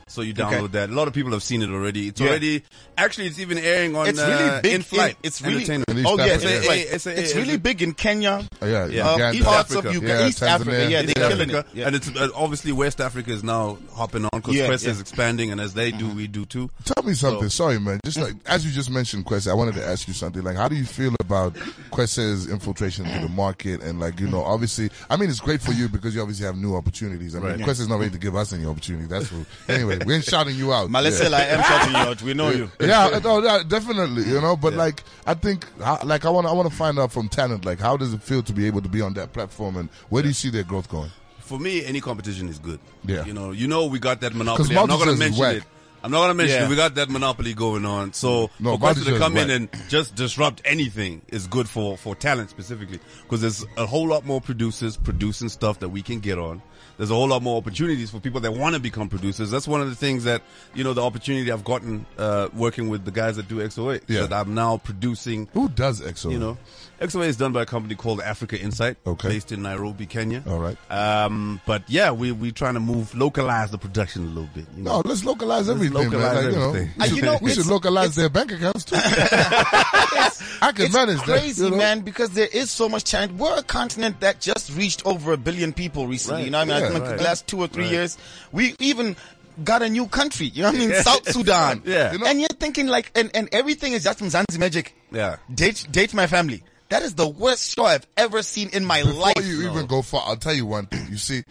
Speaker 4: So you download that. A lot of people have seen it already. It's
Speaker 2: Yeah.
Speaker 4: already, actually, it's even airing on
Speaker 2: it's really
Speaker 4: uh,
Speaker 2: big
Speaker 4: in flight.
Speaker 2: in- it's really,
Speaker 4: entertainment.
Speaker 3: East
Speaker 2: oh yeah, it's,
Speaker 3: Africa.
Speaker 2: it's, like-
Speaker 4: It's a-
Speaker 2: it's
Speaker 4: it's
Speaker 2: really
Speaker 4: a-
Speaker 2: big in Kenya.
Speaker 3: Oh, yeah,
Speaker 4: Yeah.
Speaker 2: Uh,
Speaker 3: Uganda.
Speaker 2: East parts
Speaker 4: Africa.
Speaker 2: of Uganda,
Speaker 3: Yeah,
Speaker 2: East
Speaker 3: Tanzania.
Speaker 2: Africa, yeah, they're
Speaker 4: East
Speaker 2: killing
Speaker 4: Africa.
Speaker 2: it. Yeah.
Speaker 4: And it's uh, obviously West Africa is now hopping on because
Speaker 2: Yeah,
Speaker 4: Quest
Speaker 2: yeah. Mm-hmm.
Speaker 4: is expanding, and as they do, we do too.
Speaker 3: Tell me something. Sorry, man. Just like as you just mentioned, Quest, I wanted to ask you something. Like, how do you feel about Quest's infiltration to the market? And like, you know, obviously, I mean, it's great for you because you obviously have new opportunities. I mean, Quest is not ready to give us any opportunity. That's what. Anyway, we ain't shouting you out.
Speaker 2: Malaysia,
Speaker 3: Yeah.
Speaker 2: I am shouting you out. We know you.
Speaker 3: yeah, no, no, definitely, you know. But like, I think, I- like, I want, I want to find out from talent, like, how does it feel to be able to be on that platform, and where do you see their growth going?
Speaker 4: For me, any competition is good.
Speaker 3: Yeah.
Speaker 4: You know, you know, we got that
Speaker 3: 'Cause
Speaker 4: monopoly. I'm not going
Speaker 3: Maltesers
Speaker 4: to
Speaker 3: is
Speaker 4: mention
Speaker 3: whack. Mm.
Speaker 4: it. I'm not going to mention
Speaker 2: Yeah.
Speaker 4: it. We got that monopoly going on. So
Speaker 3: No,
Speaker 4: for Quest
Speaker 3: Maltesers
Speaker 4: to
Speaker 3: is
Speaker 4: come in
Speaker 3: whack.
Speaker 4: and just disrupt anything is good for, for talent specifically because there's a whole lot more producers producing stuff that we can get on. There's a whole lot more opportunities for people that want to become producers. That's one of the things that, you know, the opportunity I've gotten, uh, working with the guys that do XOA
Speaker 3: Yeah.
Speaker 4: that I'm now producing
Speaker 3: Who does EXO?
Speaker 4: you know, XOA is done by a company called Africa Insight,
Speaker 3: Okay. Oh.
Speaker 4: based in Nairobi, Kenya.
Speaker 3: All right.
Speaker 4: Um, but yeah, we we trying to move localize the production a little bit. You
Speaker 3: No,
Speaker 4: know?
Speaker 3: let's localize everything.
Speaker 4: localize
Speaker 3: man. Like,
Speaker 4: everything.
Speaker 3: You know,
Speaker 2: Uh,
Speaker 3: we should,
Speaker 2: you know,
Speaker 3: we should
Speaker 2: it's-
Speaker 3: localize their bank accounts too. I can
Speaker 2: It's
Speaker 3: manage
Speaker 2: crazy,
Speaker 3: that. you know?
Speaker 2: man, because there is so much talent. We're a continent that just reached over a billion people recently.
Speaker 4: Right.
Speaker 2: You know what I mean?
Speaker 3: Yeah,
Speaker 2: I think
Speaker 4: right.
Speaker 2: the last two or three
Speaker 4: Right.
Speaker 2: years, we even got a new country. You know what I mean? South Sudan.
Speaker 4: Yeah. You know-
Speaker 2: and you're thinking like, and, and everything is just Mzanzi magic.
Speaker 4: Yeah.
Speaker 2: Date, date my family. That is the worst show I've ever seen in my life.
Speaker 3: Before you even go far, I'll tell you one thing. You see,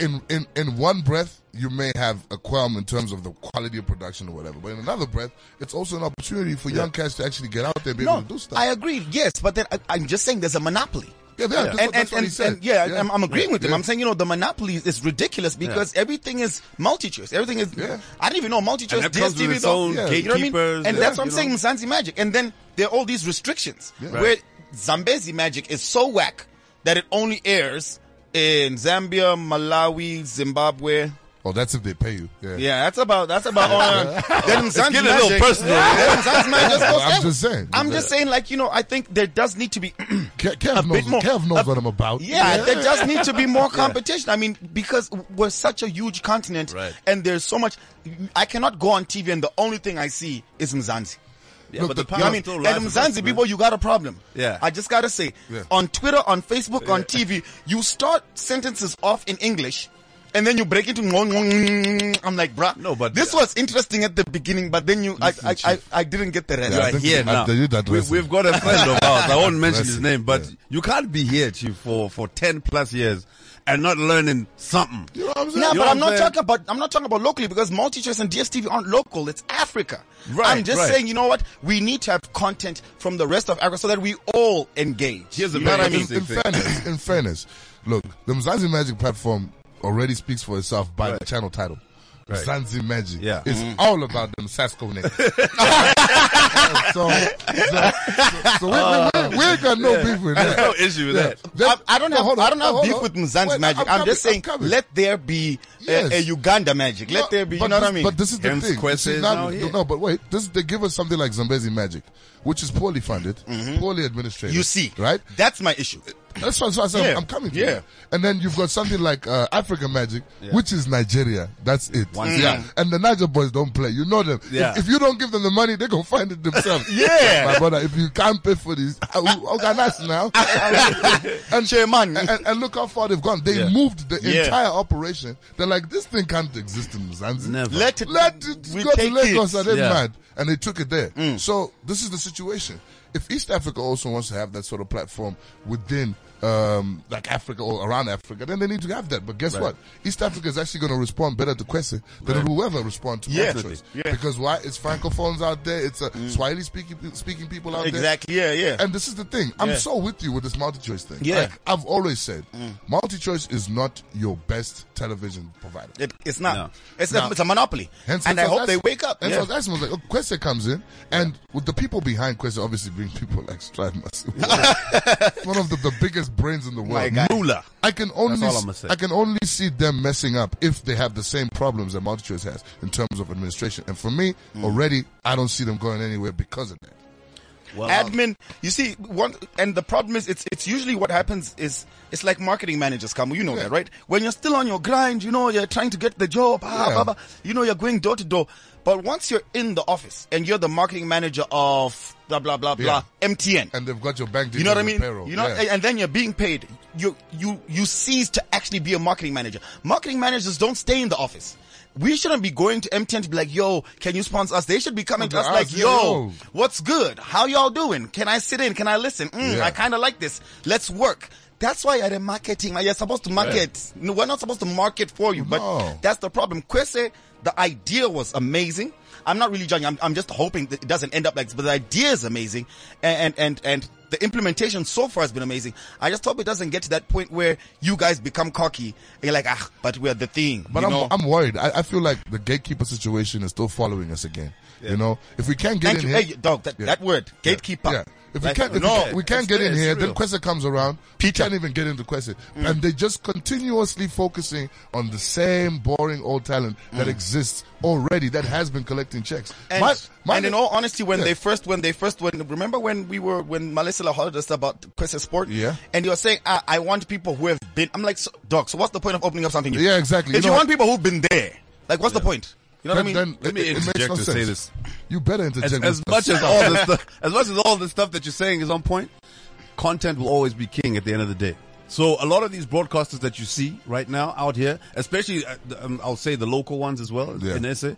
Speaker 3: in, in, in one breath, you may have a qualm in terms of the quality of production or whatever, but in another breath, it's also an opportunity for young cats to actually get out there and be
Speaker 2: no,
Speaker 3: able to do stuff.
Speaker 2: I agree. Yes, but then I, I'm just saying there's a monopoly.
Speaker 3: yeah, yeah, that's what-
Speaker 2: and,
Speaker 3: that's
Speaker 2: and,
Speaker 3: what he
Speaker 2: and,
Speaker 3: said.
Speaker 2: and yeah, I'm, I'm agreeing with him.
Speaker 3: Yeah.
Speaker 2: I'm saying, you know, the monopoly is ridiculous because everything is multi-choice. Everything is,
Speaker 3: Yeah.
Speaker 2: I didn't even know multi-choice.
Speaker 4: And that comes with
Speaker 2: DSTV
Speaker 4: its
Speaker 2: though.
Speaker 4: own
Speaker 3: Yeah.
Speaker 2: You know what I mean?
Speaker 4: gatekeepers
Speaker 2: And
Speaker 4: and,
Speaker 2: that's what I'm
Speaker 4: you
Speaker 2: saying, Mzanzi magic. And then there are all these restrictions
Speaker 3: Yeah.
Speaker 2: where Zambezi magic is so whack that it only airs in Zambia, Malawi, Zimbabwe.
Speaker 3: Oh, that's if they pay you. Yeah.
Speaker 2: Yeah, that's about that's about all. Then Mzansi
Speaker 4: Get a little
Speaker 2: Magic-
Speaker 4: personal.
Speaker 2: Then Mzansi Magic just goes
Speaker 3: I'm
Speaker 2: there.
Speaker 3: just saying.
Speaker 2: I'm just saying, like you know, I think there does need to be.
Speaker 3: Ke- Kev knows,
Speaker 2: bit more.
Speaker 3: Kev knows what I'm about.
Speaker 2: Yeah, there does need to be more competition. I mean, because we're such a huge continent,
Speaker 4: Right.
Speaker 2: and there's so much. I cannot go on TV and the only thing I see is Mzansi.
Speaker 4: Yeah,
Speaker 3: Look,
Speaker 4: but the
Speaker 3: the-
Speaker 4: power
Speaker 2: You know what I mean?
Speaker 4: still
Speaker 2: And
Speaker 4: lies with us,
Speaker 2: Mzansi
Speaker 4: man.
Speaker 2: people, you got a problem.
Speaker 4: Yeah.
Speaker 2: I just gotta say,
Speaker 3: Yeah.
Speaker 2: on Twitter, on Facebook, on TV, you start sentences off in English. And then you break into I'm like, bruh.
Speaker 4: No, but-
Speaker 2: this was interesting at the beginning, but then you, I, I, I, I didn't get the rest.
Speaker 4: You
Speaker 3: Yeah, I
Speaker 4: are
Speaker 3: think
Speaker 4: here
Speaker 3: I-
Speaker 4: now.
Speaker 3: they did that
Speaker 4: we,
Speaker 3: lesson.
Speaker 4: we've got a friend of ours. I won't mention his
Speaker 3: Lesson,
Speaker 4: name, but
Speaker 3: yeah.
Speaker 4: you can't be here, chief, for for ten plus years and not learning something.
Speaker 3: You know what I'm saying?
Speaker 2: No,
Speaker 4: You know
Speaker 2: but
Speaker 4: what
Speaker 2: I'm
Speaker 4: I'm
Speaker 2: not
Speaker 4: saying?
Speaker 2: talking about I'm not talking about locally because multi-choice and DSTV aren't local. It's Africa.
Speaker 4: Right,
Speaker 2: I'm just
Speaker 4: right.
Speaker 2: saying, you know what? We need to have content from the rest of Africa so that we all engage.
Speaker 4: Here's a
Speaker 2: you know what I
Speaker 4: very
Speaker 2: mean?
Speaker 4: interesting-
Speaker 3: in, in fairness, in fairness, look, the Mzanzi Magic platform already speaks for itself by the channel title. Mzanzi Magic.
Speaker 4: Yeah.
Speaker 3: It's
Speaker 2: Mm-hmm.
Speaker 3: all about them Sasco niggas. so, so, so we, we, we, we ain't got no beef with that.
Speaker 4: No issue with
Speaker 3: Yeah.
Speaker 4: that.
Speaker 2: I, I don't
Speaker 3: No,
Speaker 2: have
Speaker 3: hold on,
Speaker 2: I don't have
Speaker 3: hold
Speaker 2: beef
Speaker 3: on.
Speaker 2: with Mzansi
Speaker 3: Wait,
Speaker 2: Magic. I'm,
Speaker 3: coming,
Speaker 2: just saying,
Speaker 3: coming.
Speaker 2: let there be a-
Speaker 3: Yes.
Speaker 2: a, Uganda Magic. Let
Speaker 3: No,
Speaker 2: there be. You
Speaker 3: but
Speaker 2: know what
Speaker 3: this-
Speaker 2: I mean?
Speaker 3: But this is the
Speaker 4: Hence
Speaker 3: thing.
Speaker 4: Quest
Speaker 3: See,
Speaker 4: is
Speaker 3: now-
Speaker 4: now here.
Speaker 3: no, but wait. This they give us something like Zambezi Magic, which is poorly funded, poorly administrated.
Speaker 2: Mm-hmm. you see,
Speaker 3: right?
Speaker 2: That's my issue.
Speaker 3: That's what, that's what I said.
Speaker 2: Yeah.
Speaker 3: I'm coming. To
Speaker 2: Yeah.
Speaker 3: yeah. And then you've got something like uh, Africa Magic, which is Nigeria. That's it.
Speaker 4: Once
Speaker 3: yeah.
Speaker 4: again.
Speaker 3: And the Niger boys don't play. You know them. If-
Speaker 4: Yeah.
Speaker 3: If, you don't give them the money, they go find it themselves.
Speaker 2: Yeah.
Speaker 3: My brother, if you can't pay for this, I will organize now. and,
Speaker 2: Chairman.
Speaker 3: and, and- and look how far they've gone. They
Speaker 4: Yeah.
Speaker 3: moved the
Speaker 2: Yeah.
Speaker 3: entire operation. They're like, this thing can't exist in Mzanzi.
Speaker 4: Never.
Speaker 2: Let it,
Speaker 3: Let it
Speaker 2: we
Speaker 3: go to
Speaker 2: take
Speaker 3: Lagos. Are
Speaker 2: it. Mm.
Speaker 3: they
Speaker 4: Yeah.
Speaker 3: mad? And they took it there. So this is the situation. If East Africa also wants to have that sort of platform within, um, like Africa or around Africa, then they need to have that. But guess what? East Africa is actually going to respond better to Kwesi than whoever responds to
Speaker 2: Yeah.
Speaker 3: Multichoice.
Speaker 2: Yeah. Mm.
Speaker 3: Because why? It's francophones out there. It's uh, Swahili speaking speaking people out there.
Speaker 2: Exactly. Yeah, yeah.
Speaker 3: And this is the thing. I'm
Speaker 2: Yeah.
Speaker 3: so with you with this multi-choice thing.
Speaker 2: Yeah. Mm.
Speaker 3: Like, I've always said, multi-choice is not your best television provider.
Speaker 2: It, it's not.
Speaker 4: No.
Speaker 2: It's,
Speaker 3: No.
Speaker 2: A, it's a monopoly.
Speaker 3: Hence,
Speaker 2: and I
Speaker 3: hence
Speaker 2: hope
Speaker 3: that's-
Speaker 2: they wake up.
Speaker 3: Hence
Speaker 2: Yeah.
Speaker 3: yeah. that's was like, oh, Kwese comes in, and with the people behind Kwese obviously bring people like Strive Massive. One of the, the biggest brains in the
Speaker 2: My
Speaker 3: world.
Speaker 2: guy.
Speaker 4: Ruler.
Speaker 3: I can only
Speaker 4: all
Speaker 3: s-
Speaker 4: I'ma say.
Speaker 3: I can only see them messing up if they have the same problems that Multichoice has in terms of administration. And for me,
Speaker 2: Mm.
Speaker 3: already I don't see them going anywhere because of that.
Speaker 4: Well, um,
Speaker 2: admin you see one and the problem is it's it's usually what happens is it's like marketing managers come you know that right when you're still on your grind you know you're trying to get the job ah,
Speaker 3: Yeah.
Speaker 2: blah, blah, you know you're going door to door but once you're in the office and you're the marketing manager of blah blah blah blah mtn
Speaker 3: And they've got your bank
Speaker 2: you know what I
Speaker 3: details
Speaker 2: mean?
Speaker 3: and payroll.
Speaker 2: You know,
Speaker 3: Yeah.
Speaker 2: and- and then you're being paid. You you you cease to actually be a marketing manager. Marketing managers don't stay in the office. We shouldn't be going to MTN to be like, "Yo, can you sponsor us?" They should be coming to
Speaker 3: They
Speaker 2: us
Speaker 3: ask,
Speaker 2: like,
Speaker 3: yeah,
Speaker 2: "Yo,
Speaker 3: yo."
Speaker 2: what's good? How y'all doing? Can I sit in? Can I listen? Mm,
Speaker 3: Yeah.
Speaker 2: I kind of like this. Let's work." That's why you're in marketing. You're supposed to market. No, we're not supposed to market for you,
Speaker 3: No.
Speaker 2: but that's the problem. Kwese, the idea was amazing. I'm not really judging. I'm, I'm just hoping that it doesn't end up like this, but the idea is amazing. And, and, and, and the implementation so far has been amazing. I just hope it doesn't get to that point where you guys become cocky and you're like, ah, but we're the thing.
Speaker 3: But
Speaker 2: you
Speaker 3: I'm,
Speaker 2: know?
Speaker 3: I'm worried. I, I feel like the gatekeeper situation is still following us again. You know, if we can't get
Speaker 2: Thank
Speaker 3: in
Speaker 2: you.
Speaker 3: here,
Speaker 2: Hey, dog, that,
Speaker 3: Yeah.
Speaker 2: that word, gatekeeper.
Speaker 3: Yeah. If we
Speaker 2: Like,
Speaker 3: can't, if we
Speaker 2: no,
Speaker 3: can't- we can't
Speaker 4: it's
Speaker 3: get
Speaker 4: there,
Speaker 3: in
Speaker 4: it's
Speaker 3: here, then
Speaker 4: real. Mm.
Speaker 3: Quessa comes around.
Speaker 2: Peter.
Speaker 3: Can't even get into Quessa, and they just continuously focusing on the same boring old talent
Speaker 4: Mm.
Speaker 3: that exists already that has been collecting checks.
Speaker 2: And,
Speaker 3: My- my-
Speaker 2: and in all honesty, when
Speaker 3: Yeah.
Speaker 2: they first, when they first, when remember when we were when Malisa hollered us about Quest Sport,
Speaker 3: Yeah.
Speaker 2: and you were saying, I, "I want people who have been." I'm like, so, "Dog, so what's the point of opening up something?" new?
Speaker 3: Yeah, exactly. You
Speaker 2: If you,
Speaker 3: know
Speaker 2: want people who've been there, like, what's the point? You know
Speaker 3: then,
Speaker 2: what I mean?
Speaker 3: then
Speaker 4: Let me
Speaker 3: it- it makes
Speaker 4: interject
Speaker 3: no
Speaker 4: to say
Speaker 3: sense.
Speaker 4: this.
Speaker 3: You better
Speaker 4: as,
Speaker 3: interject.
Speaker 4: as
Speaker 3: with
Speaker 4: much
Speaker 3: us.
Speaker 4: as all this stuff, as much as all the stuff that you're saying is on point, content will always be king at the end of the day. So a lot of these broadcasters that you see right now out here, especially uh, the- um, I'll say the local ones as well
Speaker 3: Yeah.
Speaker 4: in SA,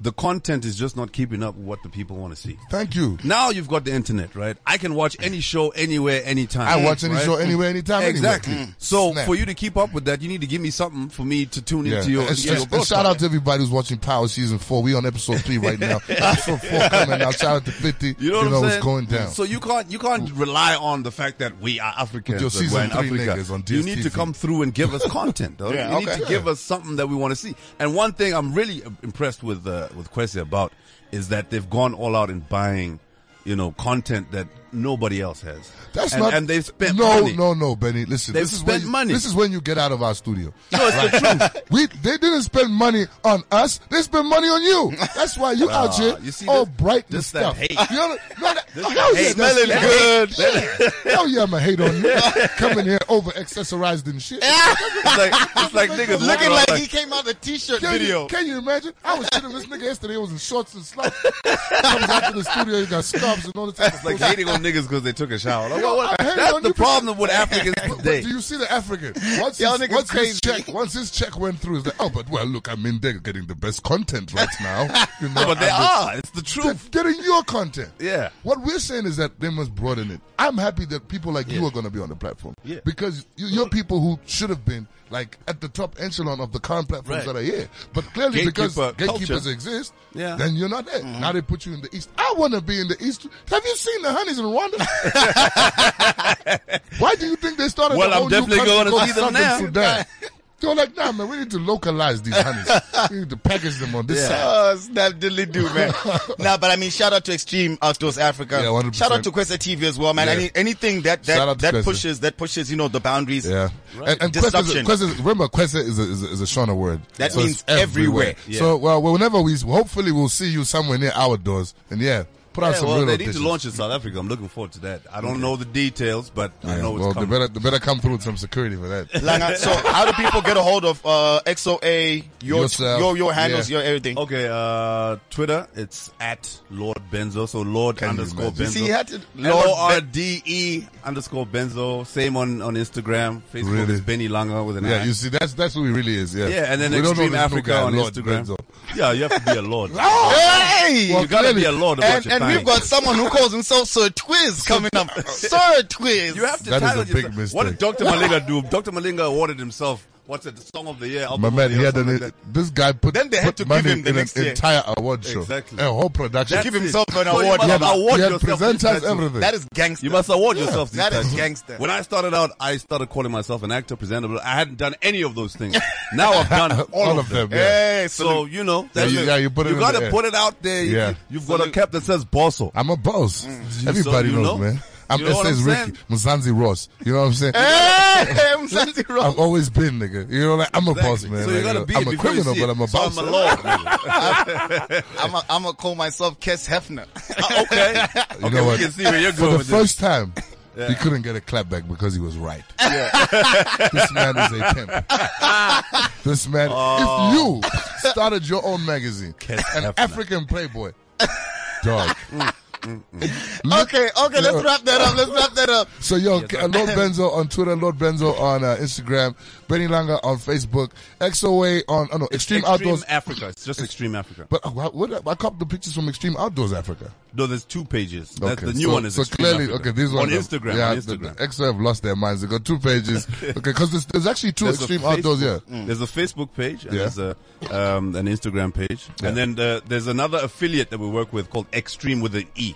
Speaker 4: the content is just not keeping up with what the people want to see.
Speaker 3: Thank you.
Speaker 4: Now you've got the internet, right? I can watch any show anywhere, anytime.
Speaker 3: I watch any
Speaker 4: right?
Speaker 3: show anywhere, anytime, anyway. Mm.
Speaker 4: Exactly. So
Speaker 3: Snap.
Speaker 4: for you to keep up with that, you need to give me something for me to tune into your,
Speaker 3: And,
Speaker 4: into your
Speaker 3: and- and shout out
Speaker 4: broadcast.
Speaker 3: to everybody who's watching Power Season 4. We on episode 3 right now. episode 4 coming out. Shout out to 50.
Speaker 4: You know what I'm saying?
Speaker 3: what's going down.
Speaker 4: So you can't you can't rely on the fact that we are Africans.
Speaker 3: Your
Speaker 4: and we're
Speaker 3: season
Speaker 4: in
Speaker 3: three
Speaker 4: Africa.
Speaker 3: niggas on
Speaker 4: you need to
Speaker 3: DStv.
Speaker 4: come through and give us content. though.
Speaker 2: Yeah,
Speaker 4: you need
Speaker 2: okay.
Speaker 4: to give us something that we want to see. And one thing I'm really impressed with uh, with Kwesi about is that they've gone all out in buying, you know, content that nobody else has.
Speaker 3: That's
Speaker 4: and,
Speaker 3: not.
Speaker 4: And they've spent
Speaker 3: no,
Speaker 4: money.
Speaker 3: no, no, Benny. Listen,
Speaker 4: They've
Speaker 3: this is when
Speaker 4: spent
Speaker 3: you,
Speaker 4: money.
Speaker 3: This is when you get out of our studio.
Speaker 4: No, it's the truth.
Speaker 3: We they didn't spend money on us. They spent money on you. That's why you out here
Speaker 4: Ah, you see
Speaker 3: all
Speaker 4: this-
Speaker 3: bright and
Speaker 4: this that
Speaker 3: stuff.
Speaker 4: hate.
Speaker 3: You know, no, that,
Speaker 4: This
Speaker 3: hell yeah,
Speaker 4: hate.
Speaker 3: that's-
Speaker 4: Smelling
Speaker 3: yeah.
Speaker 4: good.
Speaker 3: Yeah. Hell yeah, I'm a hate on you. Coming here over accessorized and shit.
Speaker 4: It's like, it's like niggas walking
Speaker 2: Looking
Speaker 4: around
Speaker 2: like he came out the t-shirt
Speaker 3: Can
Speaker 2: video.
Speaker 3: you, can you imagine? I was shitting this nigga yesterday. He was in shorts and slides. Comes out to the studio, he got scrubs and all the type of
Speaker 4: It's like
Speaker 3: bullshit.
Speaker 4: hating on niggas because they took a shower. Like,
Speaker 3: Yo,
Speaker 4: what- what-
Speaker 3: I hated
Speaker 4: that's
Speaker 3: on
Speaker 4: the
Speaker 3: you
Speaker 4: problem with Africans
Speaker 3: But-
Speaker 4: today.
Speaker 3: But do you see the African? Once,
Speaker 2: Y'all
Speaker 3: his,
Speaker 2: niggas
Speaker 3: once, his
Speaker 2: crazy.
Speaker 3: check, once his check went through, it's like, oh, but well, look, I mean, they're getting the best content right now. You know,
Speaker 4: but they
Speaker 3: and
Speaker 4: are. It's the
Speaker 3: they're
Speaker 4: truth.
Speaker 3: getting your content.
Speaker 4: Yeah.
Speaker 3: What we're saying is that they must broaden it. I'm happy that people like you are going to be on the platform.
Speaker 4: Yeah.
Speaker 3: Because you, you're people who should have been like at the top echelon of the current platforms
Speaker 4: Right.
Speaker 3: that are here. But clearly because
Speaker 4: Gatekeeper culture.
Speaker 3: gatekeepers exist,
Speaker 4: Yeah. Mm-hmm.
Speaker 3: then you're not there. Now they put you in the East. I want to be in the East. Have you seen the honeys in Rwanda? Why do you think they started
Speaker 4: Well,
Speaker 3: the
Speaker 4: I'm
Speaker 3: whole
Speaker 4: definitely
Speaker 3: new country
Speaker 4: gonna
Speaker 3: called
Speaker 4: see
Speaker 3: Southern
Speaker 4: them now.
Speaker 3: Sudan? They're like, nah, man, we need to localize these honeys. we need to package them on this
Speaker 4: Yeah.
Speaker 3: side.
Speaker 2: Oh, snap diddly do, man. nah, but I mean, shout out to Extreme Outdoors Africa.
Speaker 3: Yeah, 100%.
Speaker 2: Shout out to Questa TV as well, man.
Speaker 3: Yeah.
Speaker 2: Any, anything that
Speaker 3: Shout
Speaker 2: that,
Speaker 3: out to
Speaker 2: that
Speaker 3: Questa.
Speaker 2: pushes that pushes you know the boundaries.
Speaker 3: Yeah, and, and Quest is, a-
Speaker 2: Disruption.
Speaker 3: Quest is- remember Quest is a, is a, is a Shona word.
Speaker 2: That
Speaker 3: it's
Speaker 2: means everywhere.
Speaker 4: Yeah.
Speaker 3: So well, whenever we hopefully we'll see you somewhere near our doors, and yeah, put out
Speaker 4: Yeah,
Speaker 3: some
Speaker 4: well,
Speaker 3: real
Speaker 4: they need
Speaker 3: dishes.
Speaker 4: to launch in South Africa. I'm looking forward to that. I don't know the details, but I
Speaker 3: Yeah,
Speaker 4: know it's
Speaker 3: well, they
Speaker 4: coming.
Speaker 3: better they better come through with some security for that.
Speaker 2: Langa, so how do people get a hold of uh, XOA, your
Speaker 3: Yourself,
Speaker 2: your, your handles,
Speaker 3: yeah.
Speaker 2: your everything?
Speaker 4: Okay, uh, Twitter, it's at Lord Benzo. So Lord
Speaker 3: you
Speaker 4: underscore
Speaker 3: imagine?
Speaker 4: Benzo.
Speaker 2: See, he had to- Lord
Speaker 4: L O R D E underscore Benzo. Same on, on Instagram. Facebook
Speaker 3: Really?
Speaker 4: is Benny Langa with an
Speaker 3: yeah,
Speaker 4: I.
Speaker 3: you see, that's that's who he really is. Yeah,
Speaker 4: yeah, and then
Speaker 3: we don't know
Speaker 4: Extreme
Speaker 3: this new
Speaker 4: Africa
Speaker 3: guy,
Speaker 4: on
Speaker 3: Lord
Speaker 4: Instagram.
Speaker 3: Benzo.
Speaker 4: Yeah, you have to be a Lord.
Speaker 2: Oh, Hey!
Speaker 3: Well,
Speaker 4: you gotta
Speaker 3: clearly-
Speaker 4: be a Lord about
Speaker 2: and
Speaker 4: your
Speaker 2: and we've
Speaker 4: time.
Speaker 2: got someone who calls himself Sir Twiz coming up. Sir Twiz.
Speaker 4: You have to
Speaker 3: That is
Speaker 4: title
Speaker 3: a big
Speaker 4: yourself- What
Speaker 3: mistake.
Speaker 4: did Dr. Malinga do? Dr. Malinga awarded himself, what's it, the Song of the Year? album
Speaker 3: My
Speaker 4: of
Speaker 3: man, he
Speaker 4: the year,
Speaker 3: had
Speaker 4: something
Speaker 3: an,
Speaker 4: like that.
Speaker 3: this guy put,
Speaker 2: Then they
Speaker 3: put
Speaker 2: had to give
Speaker 3: money
Speaker 2: him the
Speaker 3: in
Speaker 2: next
Speaker 3: an
Speaker 2: year.
Speaker 3: entire award show,
Speaker 4: Exactly.
Speaker 3: a whole production.
Speaker 4: That's
Speaker 2: give
Speaker 4: it.
Speaker 2: himself an
Speaker 4: So you
Speaker 2: award.
Speaker 4: must
Speaker 3: he had,
Speaker 4: award
Speaker 3: he had
Speaker 4: yourself these
Speaker 3: presenters,
Speaker 4: titles.
Speaker 3: everything.
Speaker 2: That is gangster.
Speaker 4: You must award yourself these
Speaker 2: That is
Speaker 4: titles.
Speaker 2: gangster.
Speaker 4: When I started out, I started calling myself an actor, presenter. But I hadn't done any of those things. now I've done all,
Speaker 3: All of them, yeah.
Speaker 4: Hey, so you know,
Speaker 3: Yeah, you- yeah, you put it in
Speaker 4: got
Speaker 3: the
Speaker 4: to
Speaker 3: air.
Speaker 4: put it out there. You-
Speaker 3: Yeah.
Speaker 4: you've got a cap that says Bosso.
Speaker 3: I'm a boss. Everybody
Speaker 4: Mm. So you
Speaker 3: knows,
Speaker 4: know?
Speaker 3: man. I'm
Speaker 4: You know what
Speaker 3: SS
Speaker 4: I'm
Speaker 3: Ricky, Mzanzi Ross. You know what I'm saying?
Speaker 2: Hey, I'm Santi Ross.
Speaker 3: I've always been, nigga. You know, like I'm a boss, man.
Speaker 4: So you
Speaker 3: Like,
Speaker 4: got to
Speaker 3: know,
Speaker 4: be it
Speaker 3: I'm a
Speaker 4: before you
Speaker 3: criminal,
Speaker 4: see
Speaker 3: but
Speaker 4: it.
Speaker 3: I'm a
Speaker 4: So
Speaker 3: boss.
Speaker 4: I'm a lord. nigga.
Speaker 2: I'm a, I'm gonna call myself Kes Hefner.
Speaker 4: okay.
Speaker 3: You
Speaker 4: okay,
Speaker 3: know
Speaker 4: we
Speaker 3: what?
Speaker 4: can see where you're
Speaker 3: For
Speaker 4: going
Speaker 3: the
Speaker 4: with this.
Speaker 3: first time, he couldn't get a clap back because he was right. this man is a pimp. this man. If you started your own magazine,
Speaker 4: Oh. Kes
Speaker 3: an
Speaker 4: Hefner. Mm,
Speaker 3: African Playboy, dog. Look-
Speaker 2: okay, okay, let's wrap that up. Let's wrap that up.
Speaker 3: So yo, uh, Lord Benzo on Twitter, Lord Benzo on uh, Instagram, Benny Langa on Facebook, XOA on oh, no, Extreme, Outdoors.
Speaker 4: Africa. It's just Extreme Africa.
Speaker 3: but uh, wha- what, I copied the pictures from Extreme Outdoors Africa.
Speaker 4: No, there's two pages. That's
Speaker 3: Okay,
Speaker 4: the new
Speaker 3: so-
Speaker 4: one is
Speaker 3: so
Speaker 4: Extreme
Speaker 3: clearly
Speaker 4: Africa.
Speaker 3: okay. These
Speaker 4: on
Speaker 3: ones are-
Speaker 4: Instagram.
Speaker 3: yeah,
Speaker 4: on
Speaker 3: the-
Speaker 4: Instagram.
Speaker 3: The, XO have lost their minds. They got two pages. okay, because there's, there's actually two
Speaker 4: There's a
Speaker 3: Extreme
Speaker 4: Facebook-
Speaker 3: Outdoors. Yeah,
Speaker 4: There's a Facebook page and
Speaker 3: Yeah.
Speaker 4: there's a, um, an Instagram page. And then the, there's another affiliate that we work with called Extreme with an E.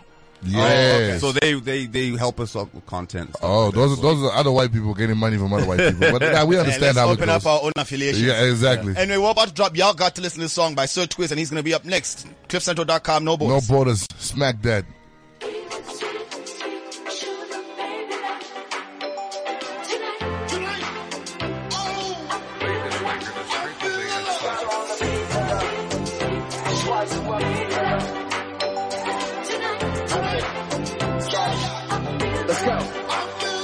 Speaker 3: yeah.
Speaker 4: So they, they, they help us out with content. and stuff
Speaker 3: Oh,
Speaker 4: like that.
Speaker 3: those are, those are other white people getting money from other white people. But uh, we
Speaker 2: And
Speaker 3: understand
Speaker 2: let's
Speaker 3: how it
Speaker 2: open up
Speaker 3: goes.
Speaker 2: our own affiliation.
Speaker 3: Yeah, exactly.
Speaker 2: Anyway, we're about to drop. Y'all got to listen to this song by Sir Twist, and he's gonna be up next. CliffCentral.com. No
Speaker 3: No
Speaker 2: boys.
Speaker 3: borders. Smack that.
Speaker 5: Let's go.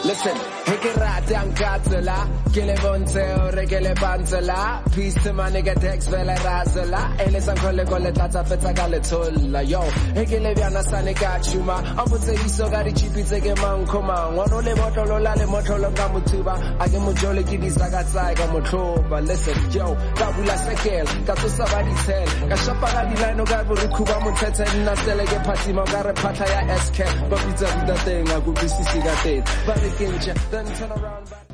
Speaker 5: Listen, heke rata nkatsela, ke le bontshe hore ke le pantsela. Peace to my nigga Dex vele razela, ene sa nkhole ko le tlatsa fetsa ka letsholla, yo. Heke le bjana sa ne ka tjhuma, a mpotse iso ka ditšhipi tse ke mankgomang. Ngwano le botlolo la le motlholo ka mothuba, a ke mojole ke disaka tsae ka motlhoba. Listen, yo, ka bula sekele, ka tsosa ba ditshele, ka shapa ka dilano ka borukhu ba motshetshe, nna sele ke phatsima, o ka re phatla ya SK, ba bitsa rutateng, a kutlwisise ka teng. Ba re ke ntjha, then turn around, ba-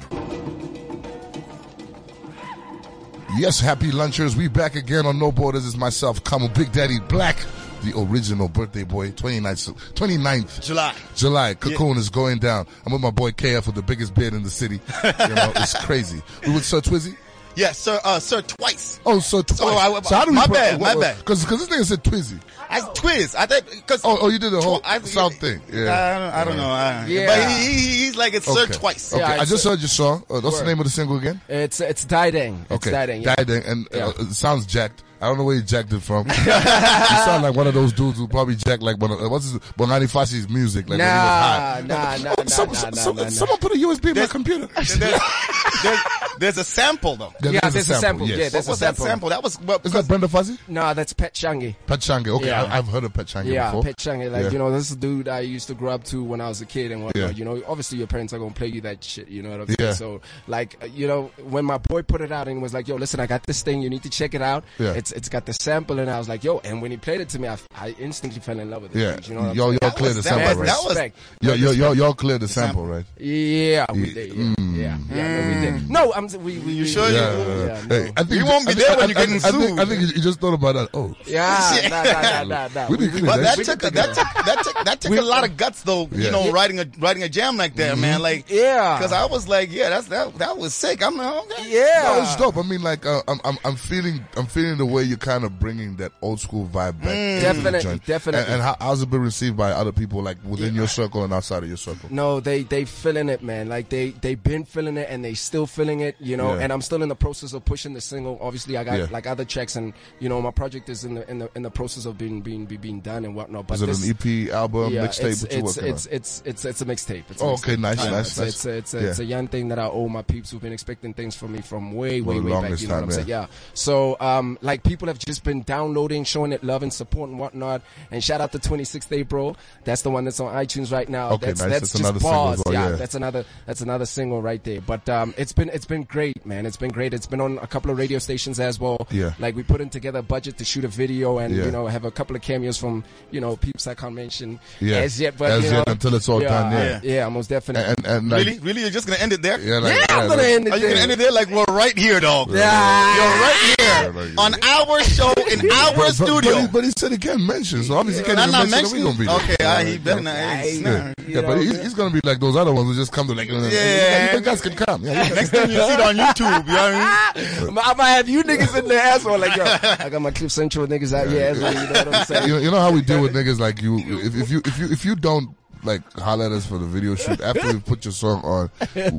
Speaker 3: Yes, happy lunchers. We back again on No Borders. It's myself, Kamu Big Daddy Black, the original birthday boy, 29th, 29th
Speaker 2: July.
Speaker 3: July. Cocoon is going down. I'm with my boy KF with the biggest beard in the city. You know, it's crazy. We with Sir Twizzy.
Speaker 2: Yeah, sir, uh, sir, twice.
Speaker 3: Oh, so twice.
Speaker 2: Oh, I-
Speaker 3: so how do we?
Speaker 2: my bad, my bad.
Speaker 3: Because this nigga said Twizzy.
Speaker 2: I Twiz. I think because
Speaker 3: Oh, oh, you did the whole South thing. Yeah.
Speaker 2: I don't, I don't know. I,
Speaker 6: Yeah.
Speaker 2: But he, he, he's like it's Uh, sir twice.
Speaker 3: Okay.
Speaker 6: Yeah,
Speaker 3: I
Speaker 6: it's
Speaker 3: just
Speaker 6: a-
Speaker 3: heard your song. Uh, what's the
Speaker 6: Word.
Speaker 3: name of the single again?
Speaker 6: It's it's Didang. It's
Speaker 3: Okay.
Speaker 6: Didang. Yeah.
Speaker 3: Didang, and uh,
Speaker 6: Yeah.
Speaker 3: it sounds jacked. I don't know where you jacked it from. you sound like one of those dudes who probably jacked like one of uh, what's his Bongani Fasi's music like when he was high.
Speaker 6: Nah, nah, nah, nah,
Speaker 3: Some-
Speaker 6: nah,
Speaker 3: some-
Speaker 6: nah,
Speaker 3: some-
Speaker 6: nah, nah.
Speaker 3: Someone put a USB in my
Speaker 2: There's-
Speaker 3: computer.
Speaker 2: There's, there's, there's a sample though.
Speaker 3: Yeah,
Speaker 6: there's a sample. Yeah,
Speaker 3: Yes.
Speaker 6: there's-
Speaker 2: What
Speaker 6: a
Speaker 2: was that
Speaker 6: sample.
Speaker 2: sample? That was well,
Speaker 3: Is that Brenda Fuzzy?
Speaker 6: No, that's Pet Shangi.
Speaker 3: Pachange. Okay,
Speaker 6: Yeah.
Speaker 3: I, I've heard of Pachange
Speaker 6: Yeah,
Speaker 3: before.
Speaker 6: Pet Shangi. Like
Speaker 3: Yeah.
Speaker 6: you know, this is a dude I used to grab to when I was a kid and whatnot.
Speaker 3: Yeah.
Speaker 6: You know, obviously your parents are gonna play you that shit. You know what I'm saying?
Speaker 3: Yeah.
Speaker 6: So like, uh, you know, when my boy put it out and was like, "Yo, listen, I got this thing. You need to check it out.
Speaker 3: Yeah.
Speaker 6: It's it's got the sample." And I was like, "Yo," and when he played it to me, I, I instantly fell in love with it.
Speaker 3: Yeah,
Speaker 6: dude, you know, what I'm
Speaker 3: y'all,
Speaker 6: saying?
Speaker 3: y'all cleared the
Speaker 2: was-
Speaker 3: sample,
Speaker 2: that
Speaker 3: right?
Speaker 2: was- that was-
Speaker 6: Respect.
Speaker 3: y'all, y'all, y'all, y'all cleared the sample, right?
Speaker 6: Yeah, we did. Yeah, yeah, yeah, no, we did. No, I'm. We, we, you
Speaker 2: sure
Speaker 3: Yeah,
Speaker 2: you-
Speaker 3: Mm. yeah, yeah.
Speaker 6: Yeah, no.
Speaker 3: Hey, I think
Speaker 2: You won't be
Speaker 3: I-
Speaker 2: there
Speaker 3: I-
Speaker 2: when you're
Speaker 3: I-
Speaker 2: getting
Speaker 3: I think- I
Speaker 2: sued.
Speaker 3: think you you just thought about that. Oh,
Speaker 6: Yeah, nah, nah, nah, nah, nah.
Speaker 3: we didn't clear
Speaker 2: But that
Speaker 3: shit.
Speaker 2: took, that, took, that took that took a lot of guts though.
Speaker 3: Yeah.
Speaker 2: You know, writing a writing a jam like that, man. Like
Speaker 6: Yeah.
Speaker 2: because I was like, yeah, that's that that was sick. I'm Ah. like, okay.
Speaker 6: yeah.
Speaker 3: That was dope. I mean, like, uh, I'm, I'm, I'm feeling, I'm feeling the way you're kind of bringing that old school vibe back. into the
Speaker 6: Definitely,
Speaker 3: joint.
Speaker 6: Mm, definitely.
Speaker 3: And, and how, how's it been received by other people, like within your circle and outside of your circle?
Speaker 6: No, they they feeling it, man. Like they they been feeling it and they still feeling it, you know.
Speaker 3: Yeah.
Speaker 6: And I'm still in the process of pushing the single. Obviously, I got
Speaker 3: Yeah.
Speaker 6: like other checks, and you know my project is in the in the in the process of being being be- being done and whatnot. But
Speaker 3: Is it
Speaker 6: this,
Speaker 3: an EP, album,
Speaker 6: yeah,
Speaker 3: mixtape?
Speaker 6: it's
Speaker 3: What you
Speaker 6: it's
Speaker 3: working
Speaker 6: it's,
Speaker 3: on?
Speaker 6: it's it's it's a mixtape. It's a
Speaker 3: Oh,
Speaker 6: mixtape.
Speaker 3: okay, nice,
Speaker 6: Yeah,
Speaker 3: nice,
Speaker 6: it's,
Speaker 3: nice.
Speaker 6: It's a, it's, a,
Speaker 3: Yeah.
Speaker 6: it's a young thing that I owe my peeps who've been expecting things from me from way way
Speaker 3: the
Speaker 6: way back.
Speaker 3: longest
Speaker 6: You know what
Speaker 3: time,
Speaker 6: I'm saying? Yeah. So um, like people have just been downloading, showing it love and support and whatnot. And shout out to 26th April. That's the one that's on iTunes right now.
Speaker 3: Okay,
Speaker 6: that's
Speaker 3: nice.
Speaker 6: that's,
Speaker 3: That's
Speaker 6: just
Speaker 3: another single as
Speaker 6: bars.
Speaker 3: well,
Speaker 6: yeah,
Speaker 3: yeah.
Speaker 6: that's that's another that's another single right there. But um, it's been it's been great, man. It's been great. It's been on a couple of radio stations as well.
Speaker 3: Yeah.
Speaker 6: Like we put in together a budget to shoot a video and
Speaker 3: Yeah.
Speaker 6: you know have a couple of cameos from you know peeps I can't mention
Speaker 3: Yeah.
Speaker 6: as yet, but
Speaker 3: As
Speaker 6: you
Speaker 3: yet,
Speaker 6: know,
Speaker 3: until it's all
Speaker 6: yeah,
Speaker 3: done, yeah.
Speaker 6: yeah, most definitely.
Speaker 3: And, and like,
Speaker 2: Really, really, you're just gonna end it there?
Speaker 3: yeah, like,
Speaker 6: yeah, I'm gonna
Speaker 3: like-
Speaker 6: end it.
Speaker 2: Are you gonna
Speaker 6: there.
Speaker 2: end it there? Like we're right here, dog.
Speaker 6: Yeah.
Speaker 2: You're right here
Speaker 3: Yeah, like-
Speaker 2: on our show in our
Speaker 3: But, but, but,
Speaker 2: studio.
Speaker 3: he, but he said he can't mention, so obviously
Speaker 2: Can I
Speaker 3: he
Speaker 2: not
Speaker 3: can't even
Speaker 2: mention?
Speaker 3: mention. that we
Speaker 2: it?
Speaker 3: gonna be
Speaker 2: Okay,
Speaker 3: there.
Speaker 2: ah, he better not. it's
Speaker 3: Yeah,
Speaker 2: not-
Speaker 3: yeah but he's, he's gonna be like those other ones who just come to like, yeah, you guys can come. Yeah,
Speaker 2: Next thing you see it on YouTube, you know what I mean?
Speaker 6: I'm gonna have you niggas in the asshole like yo. I got my Clip Central niggas out here. Asshole, you know what I'm saying?
Speaker 3: you, you know how we deal with niggas like you. If, if you if you if you don't like holler at us for the video shoot after we put your song on,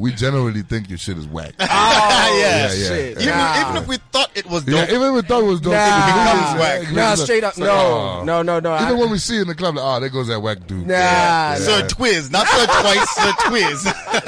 Speaker 3: we generally think your shit is whack.
Speaker 6: Oh,
Speaker 2: Yeah,
Speaker 3: yeah.
Speaker 6: shit.
Speaker 2: Even,
Speaker 6: Nah.
Speaker 2: even if we thought it was
Speaker 3: Yeah,
Speaker 2: dope,
Speaker 3: even if we thought it was dope,
Speaker 6: Nah.
Speaker 3: it
Speaker 2: becomes
Speaker 3: really-
Speaker 2: whack.
Speaker 3: it really
Speaker 6: Nah,
Speaker 3: is-
Speaker 6: straight up,
Speaker 3: it's like,
Speaker 6: no,
Speaker 3: oh.
Speaker 6: no, no, no. I-
Speaker 3: Even when we see in the club, like, oh, there goes that whack dude.
Speaker 6: Nah, nah.
Speaker 2: Sir Twiz, not Sir Twice, Sir Twiz.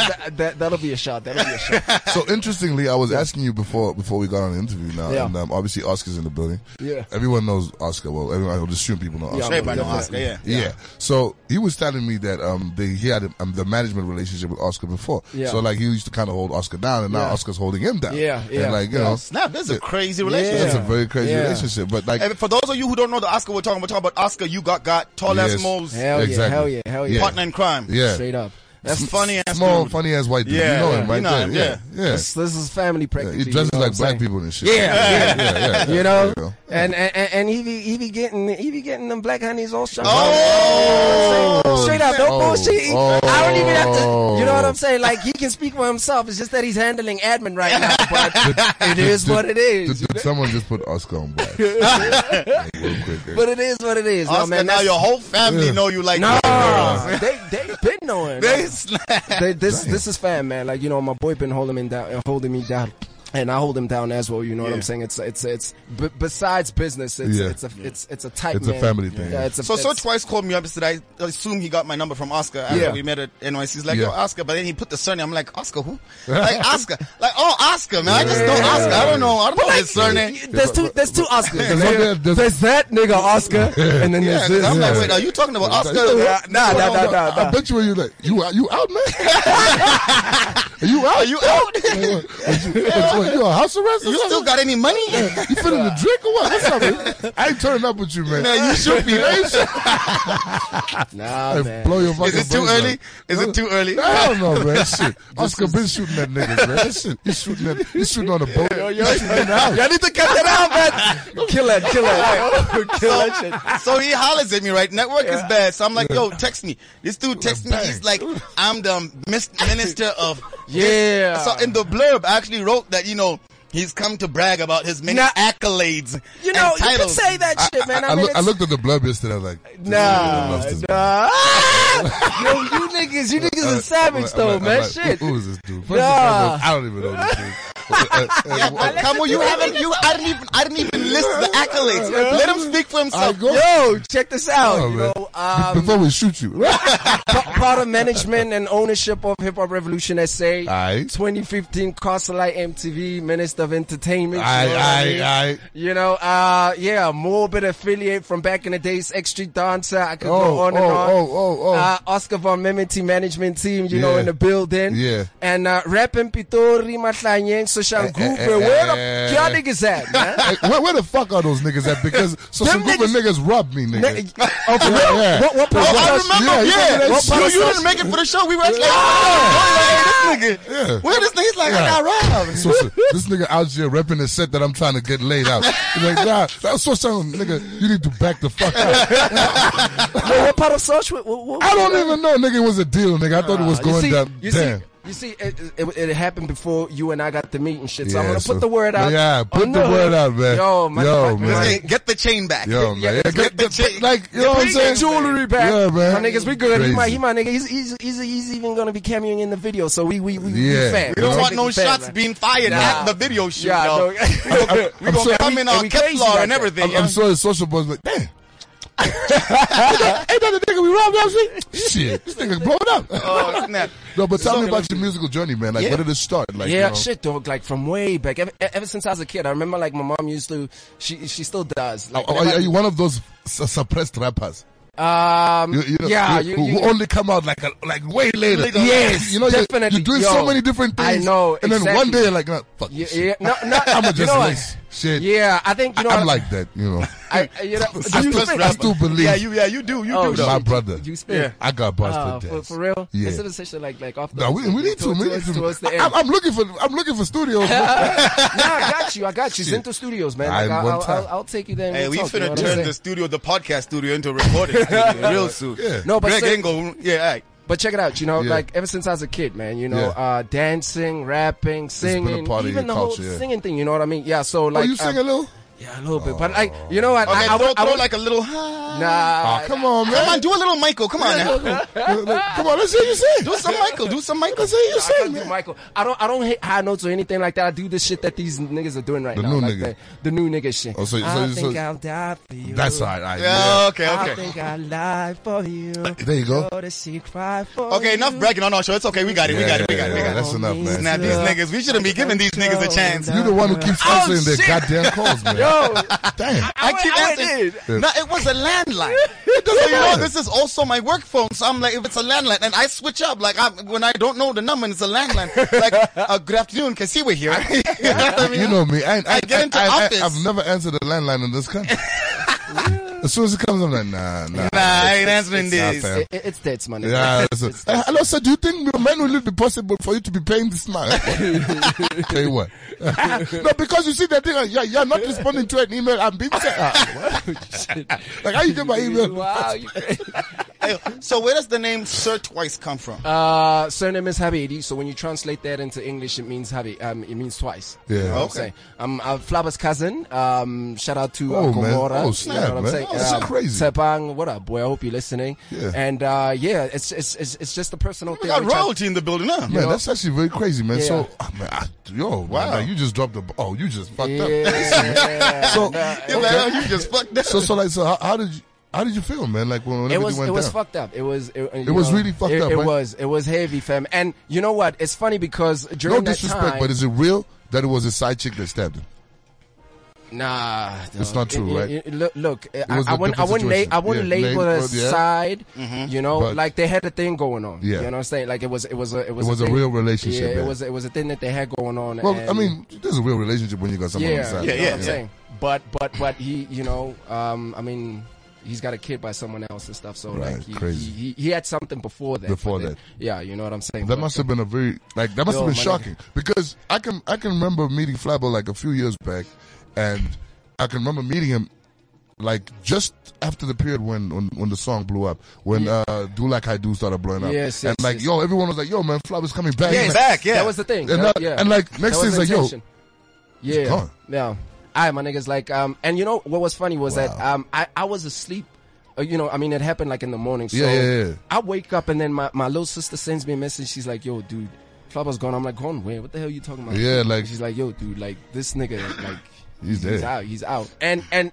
Speaker 6: that, that, that'll be a shot. That'll be a shot.
Speaker 3: So interestingly, I was asking you before before we got on the interview now,
Speaker 6: Yeah.
Speaker 3: and um, obviously Oscar's in the building.
Speaker 6: Yeah.
Speaker 3: everyone knows Oscar. Well, everyone, I would assume people know Oscar.
Speaker 2: Everybody know Oscar, yeah.
Speaker 3: Yeah. So he was telling me that um they, he had um, the management relationship with Oscar before.
Speaker 6: Yeah.
Speaker 3: So like he used to kind of hold Oscar down, and now
Speaker 6: Yeah.
Speaker 3: Oscar's holding him down.
Speaker 6: Yeah, yeah.
Speaker 3: And like you
Speaker 6: Yeah.
Speaker 3: know,
Speaker 2: Snap, this is a crazy
Speaker 6: Yeah.
Speaker 2: relationship.
Speaker 3: that's a very crazy
Speaker 6: Yeah.
Speaker 3: relationship. But like,
Speaker 2: And for those of you who don't know the Oscar we're talking, we're talking about Oscar, you got got tall
Speaker 3: Yes.
Speaker 2: ass moles,
Speaker 6: Hell yeah,
Speaker 3: Exactly.
Speaker 6: hell yeah, hell yeah.
Speaker 3: Yeah.
Speaker 2: partner in crime.
Speaker 3: yeah,
Speaker 6: Straight up. That's
Speaker 2: That's funny ass
Speaker 3: small,
Speaker 2: dude.
Speaker 3: funny ass white dude.
Speaker 2: Yeah,
Speaker 3: you know
Speaker 2: yeah.
Speaker 3: him right
Speaker 2: You know
Speaker 3: there.
Speaker 2: him,
Speaker 3: yeah, yeah.
Speaker 6: this, this is family practically.
Speaker 3: He dresses
Speaker 6: you know
Speaker 3: like
Speaker 6: what
Speaker 3: black
Speaker 6: I'm saying?
Speaker 3: people and shit.
Speaker 6: Yeah,
Speaker 3: yeah, yeah.
Speaker 6: You know,
Speaker 3: There you go.
Speaker 6: and, and and- and he be he be getting he be getting them black honeys all strung
Speaker 2: Oh!
Speaker 6: out. You know what I'm saying? straight up, no
Speaker 3: Oh.
Speaker 6: bullshit.
Speaker 3: Oh.
Speaker 6: I don't even have to. You know what I'm saying? Like he can speak for himself. It's just that he's handling admin right now. But it is
Speaker 3: Did-
Speaker 6: what it
Speaker 3: Did,
Speaker 6: is.
Speaker 3: did someone just put Oscar on black? Real quick.
Speaker 6: But it is what it is.
Speaker 2: Oscar,
Speaker 6: no, man,
Speaker 2: now
Speaker 6: that's-
Speaker 2: your whole family
Speaker 3: Yeah.
Speaker 2: know you like
Speaker 6: No,
Speaker 2: Oscar.
Speaker 6: they they've been knowing.
Speaker 2: They snap.
Speaker 6: They- this this is fam, man. Like you know, my boy been holding me down, uh, holding me down, and I hold him down as well. You know what I'm saying? It's it's it's b- besides business, it's
Speaker 3: Yeah.
Speaker 6: it's a it's it's a tight.
Speaker 3: It's a
Speaker 6: man.
Speaker 3: family thing.
Speaker 6: Yeah, it's a
Speaker 2: So, so
Speaker 6: it's-
Speaker 2: twice called me up and said, I assume he got my number from Oscar. After
Speaker 6: Yeah.
Speaker 2: we met at NYC. He's like,
Speaker 3: Yeah.
Speaker 2: yo, Oscar. But then he put the surname. I'm like, Oscar who? like, Oscar. Like, oh, Oscar, man. I just know Oscar. I don't know. I don't know his surname.
Speaker 6: You- There's two there's two Oscars.
Speaker 3: There's one there- there's-
Speaker 6: there's that nigga Oscar, and then
Speaker 2: Yeah,
Speaker 6: there's
Speaker 2: 'cause
Speaker 6: this.
Speaker 2: I'm like, wait, are you talking about Oscar?
Speaker 6: Yeah, nah, nah, nah, nah,
Speaker 3: I
Speaker 2: Uh,
Speaker 6: nah.
Speaker 3: bet you were you like you out you out man. Are you out?
Speaker 2: Are you out?
Speaker 3: What, what you, what, what, you on house arrest? or
Speaker 2: You
Speaker 3: something?
Speaker 2: still got any money?
Speaker 3: You feeling the drink or what? What's up? man? I ain't turning up with you, man.
Speaker 2: Man, you should be.
Speaker 3: I ain't trying
Speaker 6: Nah,
Speaker 3: to
Speaker 6: man.
Speaker 3: blow your fucking
Speaker 2: Is it too
Speaker 3: brains out.
Speaker 2: early? Is it too early?
Speaker 3: I don't know, man. Shit, Oscar been shooting at niggas, man. That shit, he's shooting at, he's shooting on the boat. He's shooting in the house.
Speaker 6: Y'all need to cut that out, man. Kill that, kill that, kill that shit.
Speaker 2: So he hollers at me, right? Network is bad. So I'm like, yo, text me. This dude texts me.
Speaker 3: Bang.
Speaker 2: He's like, I'm the mis- minister of.
Speaker 6: Yeah.
Speaker 2: So in the blurb, I actually wrote that, you know, He's come to brag about his many
Speaker 6: Nah.
Speaker 2: accolades.
Speaker 6: You know,
Speaker 2: and
Speaker 6: you can
Speaker 2: titles.
Speaker 6: say that shit, man. I,
Speaker 3: I,
Speaker 6: mean,
Speaker 3: look, I
Speaker 6: it's-
Speaker 3: looked at the blurb yesterday. I was like,
Speaker 6: Nah, nah. Yo, you niggas, you
Speaker 3: Uh,
Speaker 6: niggas are savage though, man. Shit.
Speaker 3: Who is this dude? First
Speaker 6: Nah.
Speaker 3: of all, I don't even know this dude. Uh, uh,
Speaker 2: Uh, Come on, you haven't. You, I didn't even. I didn't even list the accolades. Let him speak for
Speaker 3: I
Speaker 2: himself.
Speaker 3: go,
Speaker 6: Yo, check this out.
Speaker 3: Oh,
Speaker 6: you
Speaker 3: man.
Speaker 6: know, um,
Speaker 3: before we shoot you.
Speaker 6: pa- part of management and ownership of Hip Hop Revolution SA.
Speaker 3: Aye.
Speaker 6: 2015 Castle MTV Minister of Entertainment. you know what I
Speaker 3: I,
Speaker 6: mean?
Speaker 3: I, I.
Speaker 6: You know, uh, yeah, morbid affiliate from back in the days, X Street Dancer. I could go
Speaker 3: Oh,
Speaker 6: on and
Speaker 3: oh,
Speaker 6: on.
Speaker 3: oh, oh, oh.
Speaker 6: Uh, Oscar von Mementi management team, you know,
Speaker 3: Yeah.
Speaker 6: in the building.
Speaker 3: Yeah.
Speaker 6: And, uh, rapping Pitori, Matlanyeng,
Speaker 3: Eh,
Speaker 6: Soshan
Speaker 3: eh,
Speaker 6: Group.
Speaker 3: eh,
Speaker 6: Where
Speaker 3: eh,
Speaker 6: the, y'all
Speaker 3: eh.
Speaker 6: niggas at, man?
Speaker 3: Hey, where, where the fuck are those niggas at? Because so
Speaker 6: Them
Speaker 3: some group of
Speaker 6: niggas-
Speaker 3: niggas robbed me, nigga.
Speaker 6: Na- oh, for real?
Speaker 3: yeah.
Speaker 6: What, what,
Speaker 2: Oh, I
Speaker 6: what-
Speaker 2: remember.
Speaker 3: yeah,
Speaker 2: Yeah,
Speaker 3: yeah,
Speaker 6: that's
Speaker 2: You-
Speaker 6: true.
Speaker 2: you, didn't make it for the show. We were like, "Oh, hey, this nigga.
Speaker 3: Yeah.
Speaker 2: Where this nigga's like, I
Speaker 3: Yeah.
Speaker 2: got robbed.
Speaker 3: So, so, this nigga out here repping the set that I'm trying to get laid out. He's like, nah, that's so sound, nigga. You need to back the fuck up.
Speaker 6: what- what part of social? What, what,
Speaker 3: I don't even know, nigga. It was a deal, nigga. I thought it was
Speaker 6: uh, Ah, You
Speaker 3: going
Speaker 6: see,
Speaker 3: down.
Speaker 6: you
Speaker 3: Damn.
Speaker 6: see, you see, it, it, it happened before you and I got to meet and shit. So I'm
Speaker 3: Yeah,
Speaker 6: gonna
Speaker 3: so-
Speaker 6: put the word out.
Speaker 3: Yeah,
Speaker 6: Oh,
Speaker 3: put the
Speaker 6: no.
Speaker 3: word out, man.
Speaker 6: Yo, man,
Speaker 3: Yo,
Speaker 6: fuck,
Speaker 3: man.
Speaker 2: This
Speaker 6: man.
Speaker 2: nigga, Get the chain back.
Speaker 3: Yo, man. Yeah, get
Speaker 2: the
Speaker 3: the,
Speaker 2: chick-
Speaker 3: like, you know what I'm
Speaker 6: Bring the
Speaker 3: saying?
Speaker 6: jewelry back.
Speaker 3: Yeah, man.
Speaker 6: My niggas, we good. He
Speaker 3: Crazy.
Speaker 6: my, he my nigga. He's, he's, he's, he's even gonna be cameoing in the video. So we, we, we,
Speaker 3: Yeah.
Speaker 6: we fair.
Speaker 2: We don't
Speaker 3: Yeah.
Speaker 2: want no
Speaker 6: Fair,
Speaker 2: shots
Speaker 6: man.
Speaker 2: being fired at the video shoot,
Speaker 6: Yeah,
Speaker 2: yo.
Speaker 6: no.
Speaker 2: We gonna
Speaker 3: sorry.
Speaker 2: come in
Speaker 6: And
Speaker 2: our
Speaker 6: we crazy
Speaker 2: Kevlar
Speaker 6: like
Speaker 2: and
Speaker 6: that.
Speaker 2: everything.
Speaker 3: I'm, I'm
Speaker 2: yeah.
Speaker 3: sorry, social buzz, but damn. ain't, that, ain't that the nigga we robbed last week? Shit, this nigga's blown up.
Speaker 2: Oh, snap.
Speaker 3: no, but tell me about your musical journey, man. Like,
Speaker 2: Yeah.
Speaker 3: where did it start? Like,
Speaker 6: yeah,
Speaker 3: you know,
Speaker 6: shit, dog. Like from way back, ever, ever since I was a kid, I remember like my mom used to. She she still does. Like,
Speaker 3: Are, Oh, are- are you one of those su- suppressed rappers?
Speaker 6: um,
Speaker 3: You, you know,
Speaker 6: yeah,
Speaker 3: you-
Speaker 6: you,
Speaker 3: who,
Speaker 6: you-
Speaker 3: who only come out like a, like way later.
Speaker 2: Later. Yes,
Speaker 3: you know, you're-
Speaker 6: definitely.
Speaker 3: You're doing
Speaker 6: Yo,
Speaker 3: so many different
Speaker 6: I
Speaker 3: things.
Speaker 6: know,
Speaker 3: and then one
Speaker 6: exactly.
Speaker 3: day you're like, nah, fuck
Speaker 6: yeah,
Speaker 3: this
Speaker 6: yeah,
Speaker 3: shit.
Speaker 6: no, no,
Speaker 3: I'ma
Speaker 6: you
Speaker 3: just
Speaker 6: know what?
Speaker 3: lace shit.
Speaker 6: Yeah, I think you know.
Speaker 3: I'm
Speaker 6: what-
Speaker 3: like that, you know.
Speaker 6: I, I- you know, do
Speaker 3: I
Speaker 6: you
Speaker 3: still,
Speaker 6: think-
Speaker 3: I still believe
Speaker 2: Yeah, you, yeah, you do. You
Speaker 6: Oh,
Speaker 2: do, though.
Speaker 3: my
Speaker 6: shit.
Speaker 3: brother.
Speaker 6: You spit. Yeah.
Speaker 3: I got
Speaker 6: Uh,
Speaker 3: bust for
Speaker 6: for,
Speaker 3: dance.
Speaker 6: for real?
Speaker 3: Yeah.
Speaker 6: Instead of session like like off.
Speaker 3: No, we, we need to.
Speaker 6: towards,
Speaker 3: We need
Speaker 6: towards,
Speaker 3: to.
Speaker 6: towards the
Speaker 3: I,
Speaker 6: end.
Speaker 3: I'm- I'm looking for. I'm looking for studios. man.
Speaker 6: nah, I got you. I got you. Zinto Studios, man.
Speaker 3: I
Speaker 6: Like,
Speaker 3: had one
Speaker 6: I'll,
Speaker 3: time.
Speaker 6: I'll, I'll take you there. and
Speaker 2: Hey,
Speaker 6: we'll
Speaker 2: we
Speaker 6: talk, you know
Speaker 2: finna
Speaker 6: what I'm
Speaker 2: turn
Speaker 6: saying?
Speaker 2: the studio, the podcast studio, into a recording studio real soon.
Speaker 3: Yeah.
Speaker 6: No, but
Speaker 2: Greg
Speaker 6: ser-
Speaker 2: ain't gonna- yeah, all right.
Speaker 6: But check it out, you know,
Speaker 3: Yeah.
Speaker 6: like ever since I was a kid, man, you know,
Speaker 3: Yeah.
Speaker 6: uh, dancing,
Speaker 3: been
Speaker 6: rapping,
Speaker 3: a
Speaker 6: singing,
Speaker 3: part of
Speaker 6: even
Speaker 3: your
Speaker 6: the
Speaker 3: culture,
Speaker 6: whole
Speaker 3: yeah.
Speaker 6: singing thing, you know what I mean? Yeah, so
Speaker 3: oh,
Speaker 6: like,
Speaker 3: you Oh. sing
Speaker 6: um,
Speaker 3: a little?
Speaker 6: yeah, a little bit, but like, you know what?
Speaker 2: Okay,
Speaker 6: I, I,
Speaker 2: throw,
Speaker 6: would- I
Speaker 2: throw
Speaker 6: would-
Speaker 2: like a little, huh?
Speaker 6: nah,
Speaker 3: Ah, come on,
Speaker 2: Come on,
Speaker 3: man.
Speaker 2: do a little Michael. Come on now.
Speaker 3: Come on, let's hear you sing.
Speaker 2: Do some Michael. Do some Michael.
Speaker 3: Let's hear you
Speaker 6: I can't
Speaker 3: sing,
Speaker 6: do
Speaker 3: man.
Speaker 6: Michael. I don't. I don't hit high notes or anything like that. I do the shit that these niggas are doing right
Speaker 3: The
Speaker 6: now.
Speaker 3: new
Speaker 6: like
Speaker 3: nigga.
Speaker 6: The, the new nigga shit.
Speaker 3: Oh, so- so-
Speaker 6: I
Speaker 3: so-
Speaker 6: think I'll die for you.
Speaker 3: That's all right. all right,
Speaker 2: Yeah, okay,
Speaker 6: I
Speaker 2: okay.
Speaker 6: think I'll lie for you.
Speaker 3: Uh, There you go.
Speaker 6: Go to see, cry for
Speaker 2: Okay, enough
Speaker 6: you.
Speaker 2: bragging on our show. It's okay. We got it. We got it. We got it. We
Speaker 3: Yeah,
Speaker 2: got it.
Speaker 3: that's enough, man.
Speaker 2: Now these
Speaker 6: Yeah.
Speaker 2: niggas, we shouldn't be giving these niggas a chance.
Speaker 3: You're the one who keeps
Speaker 2: Oh,
Speaker 3: answering their goddamn calls, man.
Speaker 6: Yo,
Speaker 3: Damn.
Speaker 2: I keep
Speaker 6: I went
Speaker 2: answering. No, it was a landline. so you know, this is also my work phone. So I'm like, if it's a landline, and I switch up, like I'm, when I don't know the number, and it's a landline. Like, uh, good afternoon, can see we're here. You know what I mean?
Speaker 3: You know me. I, ain't- I,
Speaker 2: I get into office.
Speaker 3: have never answered a landline in this country. as soon as it comes, I'm like, nah, nah.
Speaker 2: Nah, I ain't answering
Speaker 3: Nah,
Speaker 2: this.
Speaker 3: fam.
Speaker 6: it, it- it's dead money.
Speaker 3: Yeah, so, uh, hello, sir. Do you think when will it be possible for you to be paying this man? Tell you what. no, because you see the thing, uh, you're, you're not responding to an email. I'm being sent. Uh, what? like, how you get my email?
Speaker 6: Wow. you-
Speaker 2: Hey, So where does the name Sir Twice come from?
Speaker 6: Uh, surname is Habedi, so when you translate that into English, it means Habi. Um, it means twice.
Speaker 3: Yeah.
Speaker 6: You know what I'm
Speaker 2: Okay.
Speaker 6: saying? I'm, uh, Flaba's cousin. Um, shout out to
Speaker 3: Oh,
Speaker 6: Uncle
Speaker 3: man.
Speaker 6: Mora.
Speaker 3: Oh,
Speaker 6: You know
Speaker 3: snap,
Speaker 6: what I'm
Speaker 3: man.
Speaker 6: saying?
Speaker 3: Oh, so crazy.
Speaker 6: Tepang, what up, boy? I hope you're listening.
Speaker 3: Yeah.
Speaker 6: And uh, yeah, it's it's it's, it's just a personal
Speaker 2: We
Speaker 6: thing.
Speaker 2: got
Speaker 6: which I-
Speaker 2: royalty in the building, huh?
Speaker 3: Man, that's actually very crazy, man.
Speaker 6: Yeah.
Speaker 3: So, ah, man, I- yo, wow, you just dropped the. b- Oh, you just fucked
Speaker 6: Yeah.
Speaker 3: up. so,
Speaker 2: You're like,
Speaker 3: okay.
Speaker 2: oh, you just fucked up.
Speaker 3: so, so, like, so, how, how did you, how did you feel, man? Like when, when
Speaker 6: it
Speaker 3: everything
Speaker 6: was it
Speaker 3: went
Speaker 6: was
Speaker 3: down.
Speaker 6: fucked up. It was it, it
Speaker 3: was really fucked
Speaker 6: it,
Speaker 3: up,
Speaker 6: It
Speaker 3: right?
Speaker 6: was it was heavy, fam. And you know what? It's funny because during
Speaker 3: no
Speaker 6: that
Speaker 3: disrespect,
Speaker 6: time,
Speaker 3: but is it real that it was a side chick that stabbed him?
Speaker 6: Nah,
Speaker 3: It's
Speaker 6: dog.
Speaker 3: not true,
Speaker 6: You-
Speaker 3: right?
Speaker 6: you- look, look, I,
Speaker 3: was
Speaker 6: I
Speaker 3: a
Speaker 6: wouldn't, I
Speaker 3: different
Speaker 6: wouldn't, la-
Speaker 3: situation.
Speaker 6: I wouldn't
Speaker 3: Yeah,
Speaker 6: label
Speaker 3: label,
Speaker 6: a
Speaker 3: yeah.
Speaker 6: side. You know,
Speaker 3: But-
Speaker 6: like they had a thing going on.
Speaker 3: Yeah.
Speaker 6: You know what I'm saying? Like it was, it was a, it was,
Speaker 3: It was a
Speaker 6: thing-
Speaker 3: real relationship,
Speaker 6: Yeah,
Speaker 3: yeah.
Speaker 6: it was, it was a thing that they had going on.
Speaker 3: Well,
Speaker 6: and-
Speaker 3: I mean, there's a real relationship when you got someone on the
Speaker 6: yeah,
Speaker 3: side.
Speaker 6: you know
Speaker 2: yeah,
Speaker 6: what I'm
Speaker 2: yeah.
Speaker 6: saying. But, but, but he, you know, um, I mean. He's got a kid by someone else and stuff, so
Speaker 3: Right,
Speaker 6: like he,
Speaker 3: crazy.
Speaker 6: He, he, he had something before that.
Speaker 3: Before
Speaker 6: but then-
Speaker 3: that.
Speaker 6: yeah, you know what I'm saying.
Speaker 3: That
Speaker 6: But,
Speaker 3: must
Speaker 6: uh,
Speaker 3: have been a very like that must
Speaker 6: Yo,
Speaker 3: have
Speaker 6: my
Speaker 3: been
Speaker 6: nigga.
Speaker 3: shocking because I can I can remember meeting Flabbo like a few years back, and I can remember meeting him like just after the period when when, when the song blew up when uh Do Like I Do started blowing up.
Speaker 6: Yes,
Speaker 3: and
Speaker 6: yes,
Speaker 3: like
Speaker 6: yes.
Speaker 3: yo, everyone was like yo man, Flabbo's coming back.
Speaker 2: Yeah,
Speaker 3: And
Speaker 2: he's
Speaker 3: like-
Speaker 2: back, yeah.
Speaker 6: That was the thing.
Speaker 3: And,
Speaker 6: That-
Speaker 3: that-
Speaker 6: yeah.
Speaker 3: and like next thing
Speaker 6: That was
Speaker 3: is like yo,
Speaker 6: intention.
Speaker 3: It's
Speaker 6: Yeah.
Speaker 3: gone.
Speaker 6: Yeah. I my niggas like um and you know what was funny was that um I I was asleep. Uh, you know, I mean, it happened like in the morning. So
Speaker 3: Yeah, yeah, yeah.
Speaker 6: I wake up and then my, my little sister sends me a message. She's like, "Yo, dude, Flubber's gone." I'm like, "Gone where? What the hell are you talking about?"
Speaker 3: Yeah, like-
Speaker 6: she's like, "Yo, dude, like this nigga, like
Speaker 3: He's
Speaker 6: he's
Speaker 3: dead.
Speaker 6: out, he's out." And and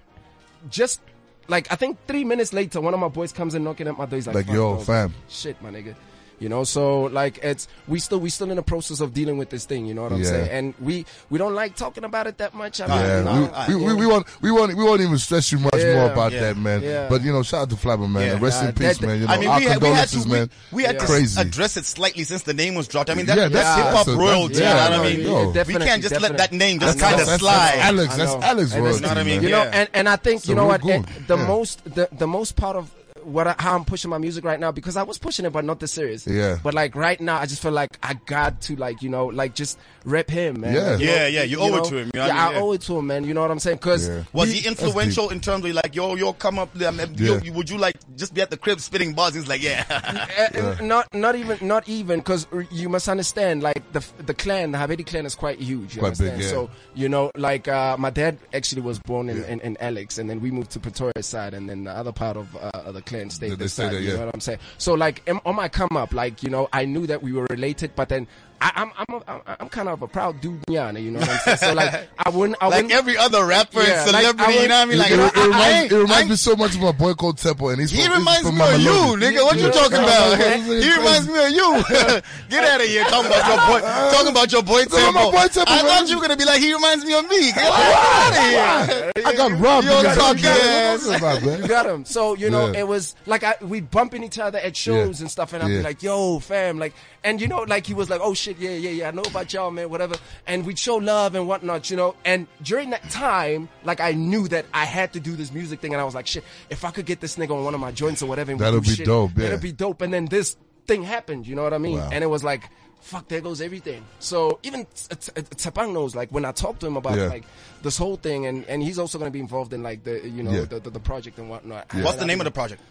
Speaker 6: just like I think three minutes later, one of my boys comes in knocking at my door. He's like,
Speaker 3: Like,
Speaker 6: "Fuck,
Speaker 3: yo,
Speaker 6: dog."
Speaker 3: fam.
Speaker 6: shit, my nigga. You know, so like it's we still we still in the process of dealing with this thing. You know what I'm
Speaker 3: Yeah.
Speaker 6: saying? And we we don't like talking about it that much. I mean,
Speaker 3: Yeah,
Speaker 6: you know,
Speaker 2: nah,
Speaker 3: we, we, we, we won't we won't we won't even stress you much
Speaker 6: Yeah,
Speaker 3: more about
Speaker 2: yeah,
Speaker 3: that, man.
Speaker 6: yeah.
Speaker 3: But you know, shout out to Flabber, man.
Speaker 2: Yeah.
Speaker 3: Rest
Speaker 6: Nah,
Speaker 3: in peace,
Speaker 6: that-
Speaker 3: man. You know,
Speaker 2: I mean,
Speaker 3: our
Speaker 2: we had, we had
Speaker 3: condolences,
Speaker 2: to we,
Speaker 3: man.
Speaker 2: we had to
Speaker 3: Crazy.
Speaker 2: address it slightly since the name was dropped. I mean, that,
Speaker 3: Yeah,
Speaker 2: that's,
Speaker 3: that's-
Speaker 2: hip hop
Speaker 3: that's a-
Speaker 2: royalty.
Speaker 3: yeah,
Speaker 2: you know what Oh, I
Speaker 3: like,
Speaker 2: mean,
Speaker 3: yo.
Speaker 2: we can't just let
Speaker 6: Definitely,
Speaker 2: that name just
Speaker 6: definitely.
Speaker 2: kind of
Speaker 3: That's- that's
Speaker 2: slide.
Speaker 3: Alex.
Speaker 6: I
Speaker 3: That's
Speaker 6: know.
Speaker 3: Alex.
Speaker 6: And it's-
Speaker 3: royalty,
Speaker 2: You know what I mean?
Speaker 3: man.
Speaker 6: You know,
Speaker 2: Yeah.
Speaker 6: and, and I think you know
Speaker 3: real
Speaker 6: what
Speaker 3: good,
Speaker 6: and the
Speaker 3: yeah.
Speaker 6: most the, the most part of what I, how I'm pushing my music right now because I was pushing it but not this serious.
Speaker 3: Yeah.
Speaker 6: But like right now, I just feel like I got to like you know like just rep him, man.
Speaker 3: Yeah.
Speaker 6: Like, you
Speaker 2: Yeah, yeah, you owe it to him, you know what I
Speaker 6: yeah,
Speaker 2: mean?
Speaker 6: I
Speaker 2: Yeah.
Speaker 6: owe it to him, man. You know what I'm saying? Because
Speaker 3: Yeah.
Speaker 2: Was
Speaker 3: That's
Speaker 2: he influential in terms of like, yo, yo, come up, um, yo,
Speaker 3: Yeah.
Speaker 2: would you like just be at the crib spitting bars? He's like, yeah.
Speaker 6: Uh, uh, not not even not even because you must understand like the the clan the Habedi clan is quite huge you
Speaker 3: Quite big,
Speaker 6: understand?
Speaker 3: yeah.
Speaker 6: so you know like uh, my dad actually was born in, in, in Alex and then we moved to Pretoria side and then the other part of uh, the clan stayed
Speaker 3: They- they
Speaker 6: this
Speaker 3: stay
Speaker 6: side
Speaker 3: there,
Speaker 6: you
Speaker 3: yeah.
Speaker 6: know what I'm saying so like am- on my come up like you know I knew that we were related but then I, I'm I'm a, I'm- I'm kind of a proud dude Nyana, you know what I'm saying so like I wouldn't I
Speaker 2: like
Speaker 6: wouldn't
Speaker 2: every other rapper
Speaker 6: Yeah,
Speaker 2: and
Speaker 6: like, I
Speaker 2: celebrity, you
Speaker 6: would-
Speaker 2: know what I mean?
Speaker 3: It,
Speaker 2: Like,
Speaker 3: it- it
Speaker 2: I- I- I
Speaker 3: reminds,
Speaker 2: ain't-
Speaker 3: it
Speaker 2: I
Speaker 3: reminds
Speaker 2: ain't-
Speaker 3: me so much of my boy called Temple, and he's from,
Speaker 2: He
Speaker 3: he's
Speaker 2: reminds
Speaker 3: from
Speaker 2: me of you,
Speaker 3: Mamelodi.
Speaker 2: nigga. What you
Speaker 3: Yeah.
Speaker 2: talking about?
Speaker 3: Yeah.
Speaker 2: He reminds me of you. Get out of here. Talking about your boy. Talking about your boy
Speaker 3: Talking about my
Speaker 2: Tempo.
Speaker 3: boy Tempo,
Speaker 2: I
Speaker 3: man.
Speaker 2: thought you were gonna be like, he reminds me of me. Get out of here.
Speaker 3: I got robbed.
Speaker 2: Yo,
Speaker 3: nigga.
Speaker 2: talk
Speaker 3: What you
Speaker 2: ass.
Speaker 3: talking about, man?
Speaker 6: You got him. So you know,
Speaker 3: Yeah.
Speaker 6: it was like I we bumping each other at shows and stuff, and I'd
Speaker 3: Yeah.
Speaker 6: be like, "Yo, fam," like, and you know, like he was like, "Oh shit, yeah, yeah, yeah, I know about y'all, man, whatever," and we'd show love and whatnot, you know. And during that time, like I knew that I had to do this music thing, and I was like, "Shit, if I could get this nigga on one of my joints or whatever, and we
Speaker 3: That'll
Speaker 6: do
Speaker 3: be
Speaker 6: shit,
Speaker 3: dope, yeah.
Speaker 6: That'll be dope." And then this thing happened, you know what I mean?
Speaker 3: Wow.
Speaker 6: And it was like. Fuck, there goes everything. So even Tapang knows, like when I talk to him about
Speaker 3: Yeah.
Speaker 6: like this whole thing, and and he's also gonna be involved in like the you know
Speaker 3: Yeah.
Speaker 6: the, the, the project and whatnot.
Speaker 2: What's the name of the project?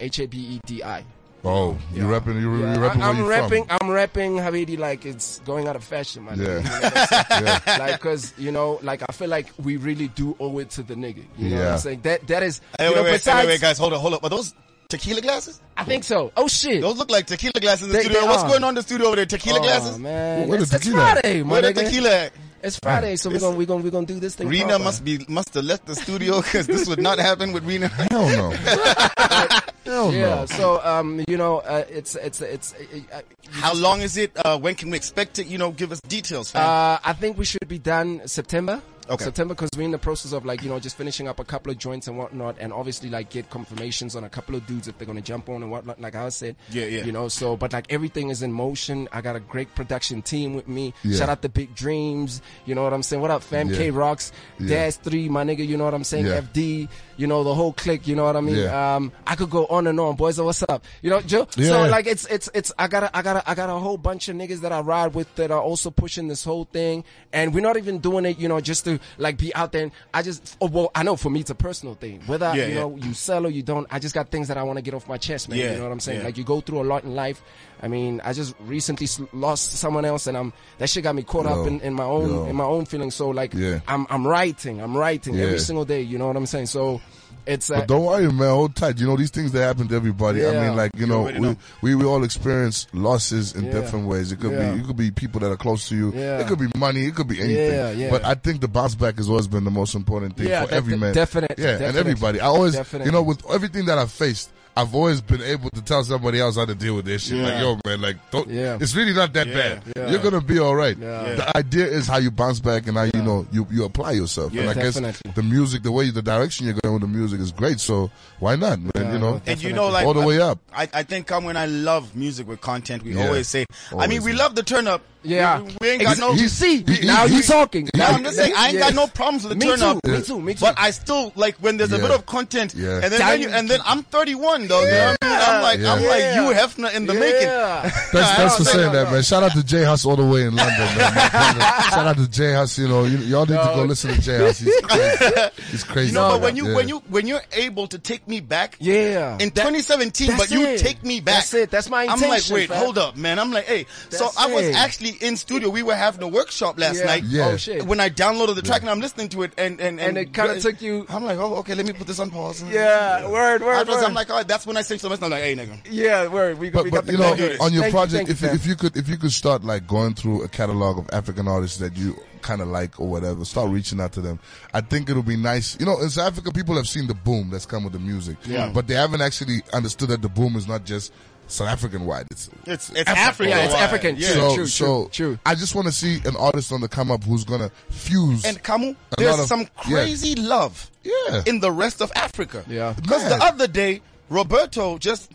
Speaker 6: H A B E D I.
Speaker 3: Oh, you rapping? You you rapping?
Speaker 6: I'm
Speaker 3: where you
Speaker 6: rapping.
Speaker 3: From?
Speaker 6: I'm rapping Havidi like it's going out of fashion, man.
Speaker 3: Yeah.
Speaker 6: Like, cause you know, like I feel like we really do owe it to the nigga. You know what
Speaker 3: Yeah.
Speaker 6: I'm saying? That that is.
Speaker 2: Hey,
Speaker 6: you
Speaker 2: wait,
Speaker 6: know,
Speaker 2: wait, wait,
Speaker 6: besides,
Speaker 2: wait, wait, guys, hold up, hold up. Are those tequila glasses?
Speaker 6: I think so. Oh shit.
Speaker 2: Those look like tequila glasses in the
Speaker 6: They-
Speaker 2: studio.
Speaker 6: they
Speaker 2: What's
Speaker 6: are.
Speaker 2: going on in the studio over there? Tequila
Speaker 6: oh,
Speaker 2: glasses?
Speaker 6: man.
Speaker 3: Where the
Speaker 6: It's, it's
Speaker 3: tequila?
Speaker 6: Friday, my
Speaker 2: Where the
Speaker 6: nigga.
Speaker 2: tequila at?
Speaker 6: It's Friday, so we're gonna we're gonna we're gonna do this thing.
Speaker 2: Rena
Speaker 6: proper.
Speaker 2: must be must have left the studio because this would not happen with Rena.
Speaker 3: Hell no. Hell
Speaker 6: Yeah.
Speaker 3: no.
Speaker 6: So um, you know, uh, it's it's it's. Uh, uh,
Speaker 2: How long is it? Uh, when can we expect it? You know, give us details, fam.
Speaker 6: Uh, I think we should be done September.
Speaker 2: Okay.
Speaker 6: September because we're in the process of like you know just finishing up a couple of joints and whatnot, and obviously like get confirmations on a couple of dudes if they're gonna jump on and whatnot. Like I said,
Speaker 2: Yeah, yeah.
Speaker 6: you know. So, but like everything is in motion. I got a great production team with me.
Speaker 3: Yeah.
Speaker 6: Shout out to Big Dreams. You know what I'm saying? What up, fam?
Speaker 3: Yeah.
Speaker 6: K Rocks,
Speaker 3: Yeah.
Speaker 6: Dash Three, my nigga. You know what I'm saying?
Speaker 3: Yeah.
Speaker 6: FD. You know the whole clique. You know what I mean?
Speaker 3: Yeah.
Speaker 6: Um, I could go on and on, boys. What's up? You know, Joe. So
Speaker 3: Yeah.
Speaker 6: like it's it's it's I got a, I got a, I got a whole bunch of niggas that I ride with that are also pushing this whole thing, and we're not even doing it, you know, just to like be out there. And I just oh, well, I know for me it's a personal thing. Whether
Speaker 2: Yeah,
Speaker 6: you
Speaker 2: yeah.
Speaker 6: know you sell or you don't, I just got things that I want to get off my chest, man.
Speaker 2: Yeah,
Speaker 6: you know what I'm saying?
Speaker 2: yeah.
Speaker 6: Like you go through a lot in life. I mean, I just recently s- lost someone else, and I'm that shit got me caught
Speaker 3: Yo,
Speaker 6: up in, in my own
Speaker 3: yo.
Speaker 6: in my own feelings. So like,
Speaker 3: Yeah.
Speaker 6: I'm I'm writing, I'm writing
Speaker 3: Yeah.
Speaker 6: every single day. You know what I'm saying? So it's uh,
Speaker 3: But don't worry, man. Hold tight. You know these things that happen to everybody. I
Speaker 6: Yeah.
Speaker 3: mean, like you know, we,
Speaker 2: already know.
Speaker 3: we we all experience losses in
Speaker 6: Yeah.
Speaker 3: different ways. It could
Speaker 6: Yeah.
Speaker 3: be it could be people that are close to you.
Speaker 6: Yeah.
Speaker 3: It could be money. It could be anything.
Speaker 6: Yeah, yeah.
Speaker 3: But I think the bounce back has always been the most important thing
Speaker 6: Yeah,
Speaker 3: for
Speaker 6: de-
Speaker 3: every
Speaker 6: de-
Speaker 3: man.
Speaker 6: definite-
Speaker 3: Yeah, and
Speaker 6: definite.
Speaker 3: everybody. I always, you
Speaker 6: Definite.
Speaker 3: know, with everything that I've faced. I've always been able to tell somebody else how to deal with this shit. Like,
Speaker 2: Yeah.
Speaker 3: yo, man, like, don't,
Speaker 6: Yeah.
Speaker 3: it's really not that bad.
Speaker 6: Yeah.
Speaker 3: You're gonna be all right.
Speaker 6: Yeah.
Speaker 3: The idea is how you bounce back and how you know you, you apply yourself. and I guess
Speaker 6: Definitely.
Speaker 3: the music, the way, the direction you're going with the music is great. So why not, man? you know,
Speaker 2: and you know, like
Speaker 3: all the way up.
Speaker 2: I, I think um, when I love music with content, we
Speaker 3: Yeah.
Speaker 2: always say. I mean,
Speaker 3: Always.
Speaker 2: we love the turn up.
Speaker 6: Yeah.
Speaker 2: we, we ain't got
Speaker 6: Ex-
Speaker 2: no.
Speaker 6: you see,
Speaker 3: he-
Speaker 6: now
Speaker 3: he-
Speaker 6: you talking.
Speaker 2: No,
Speaker 6: Now-
Speaker 2: I'm just saying, I ain't
Speaker 6: Yeah.
Speaker 2: got no problems with the
Speaker 6: Me
Speaker 2: turn
Speaker 6: too,
Speaker 2: up.
Speaker 6: me too, me too.
Speaker 2: But I still like when there's a
Speaker 3: Yeah.
Speaker 2: bit of content,
Speaker 3: Yeah.
Speaker 2: and then when you, and then I'm 31. dog. You know what I mean? I'm like, I'm
Speaker 3: Yeah.
Speaker 2: like, you Hefner in the making.
Speaker 3: Thanks, thanks for
Speaker 6: no,
Speaker 3: saying
Speaker 6: no,
Speaker 3: that,
Speaker 6: no.
Speaker 3: man. Shout out to Jay Huss all the way in London, man. My brother. Shout out to Jay Huss. You know, you, y'all need to go listen to Jay Huss. He's crazy. He's crazy.
Speaker 2: You know,
Speaker 3: man.
Speaker 2: but when you
Speaker 3: Yeah.
Speaker 2: when you when you're able to take me back,
Speaker 6: Yeah.
Speaker 2: in 2017, but
Speaker 6: that's
Speaker 2: you
Speaker 6: it.
Speaker 2: take me back.
Speaker 6: That's it. That's my
Speaker 2: I'm like,
Speaker 6: intention,
Speaker 2: wait,
Speaker 6: fam.
Speaker 2: hold up, man. I'm like, hey. so
Speaker 6: That's
Speaker 2: I was
Speaker 6: it.
Speaker 2: actually in studio. We were having a workshop last
Speaker 6: Yeah.
Speaker 2: night.
Speaker 3: Yeah.
Speaker 6: Oh shit.
Speaker 2: When I downloaded the track and I'm listening to it, and and and,
Speaker 6: And it kinda took you-
Speaker 2: I'm like, oh, okay, let me put this on pause.
Speaker 6: yeah, word, word,
Speaker 2: Afterwards,
Speaker 6: word.
Speaker 2: I'm like, oh, that's when I say something. I'm like, hey, nigga.
Speaker 6: yeah, word. We, got-
Speaker 3: but,
Speaker 6: we
Speaker 3: but
Speaker 6: got the
Speaker 3: you know,
Speaker 6: nuggets.
Speaker 3: on your
Speaker 6: Thank you,
Speaker 3: project,
Speaker 6: thank you,
Speaker 3: if you,
Speaker 6: fam.
Speaker 3: if you could if you could start like going through a catalog of African artists that you kind of like or whatever, start reaching out to them. I think it'll be nice. You know, in South Africa, people have seen the boom that's come with the music, yeah. but they haven't actually understood that the boom is not just South African wide. It's
Speaker 2: It's it's
Speaker 3: Africa.
Speaker 2: Africa.
Speaker 6: Yeah, it's
Speaker 2: wide.
Speaker 6: African.
Speaker 2: Yeah.
Speaker 6: True,
Speaker 3: so,
Speaker 6: true,
Speaker 3: so
Speaker 6: true, true.
Speaker 3: I just want to see an artist on the come up who's gonna fuse.
Speaker 2: And Kamu,
Speaker 3: A
Speaker 2: there's
Speaker 3: lot of-
Speaker 2: some
Speaker 3: yeah.
Speaker 2: crazy love
Speaker 3: Yeah.
Speaker 2: in the rest of Africa.
Speaker 6: Yeah.
Speaker 2: Because the
Speaker 3: Man.
Speaker 2: other day, Roberto just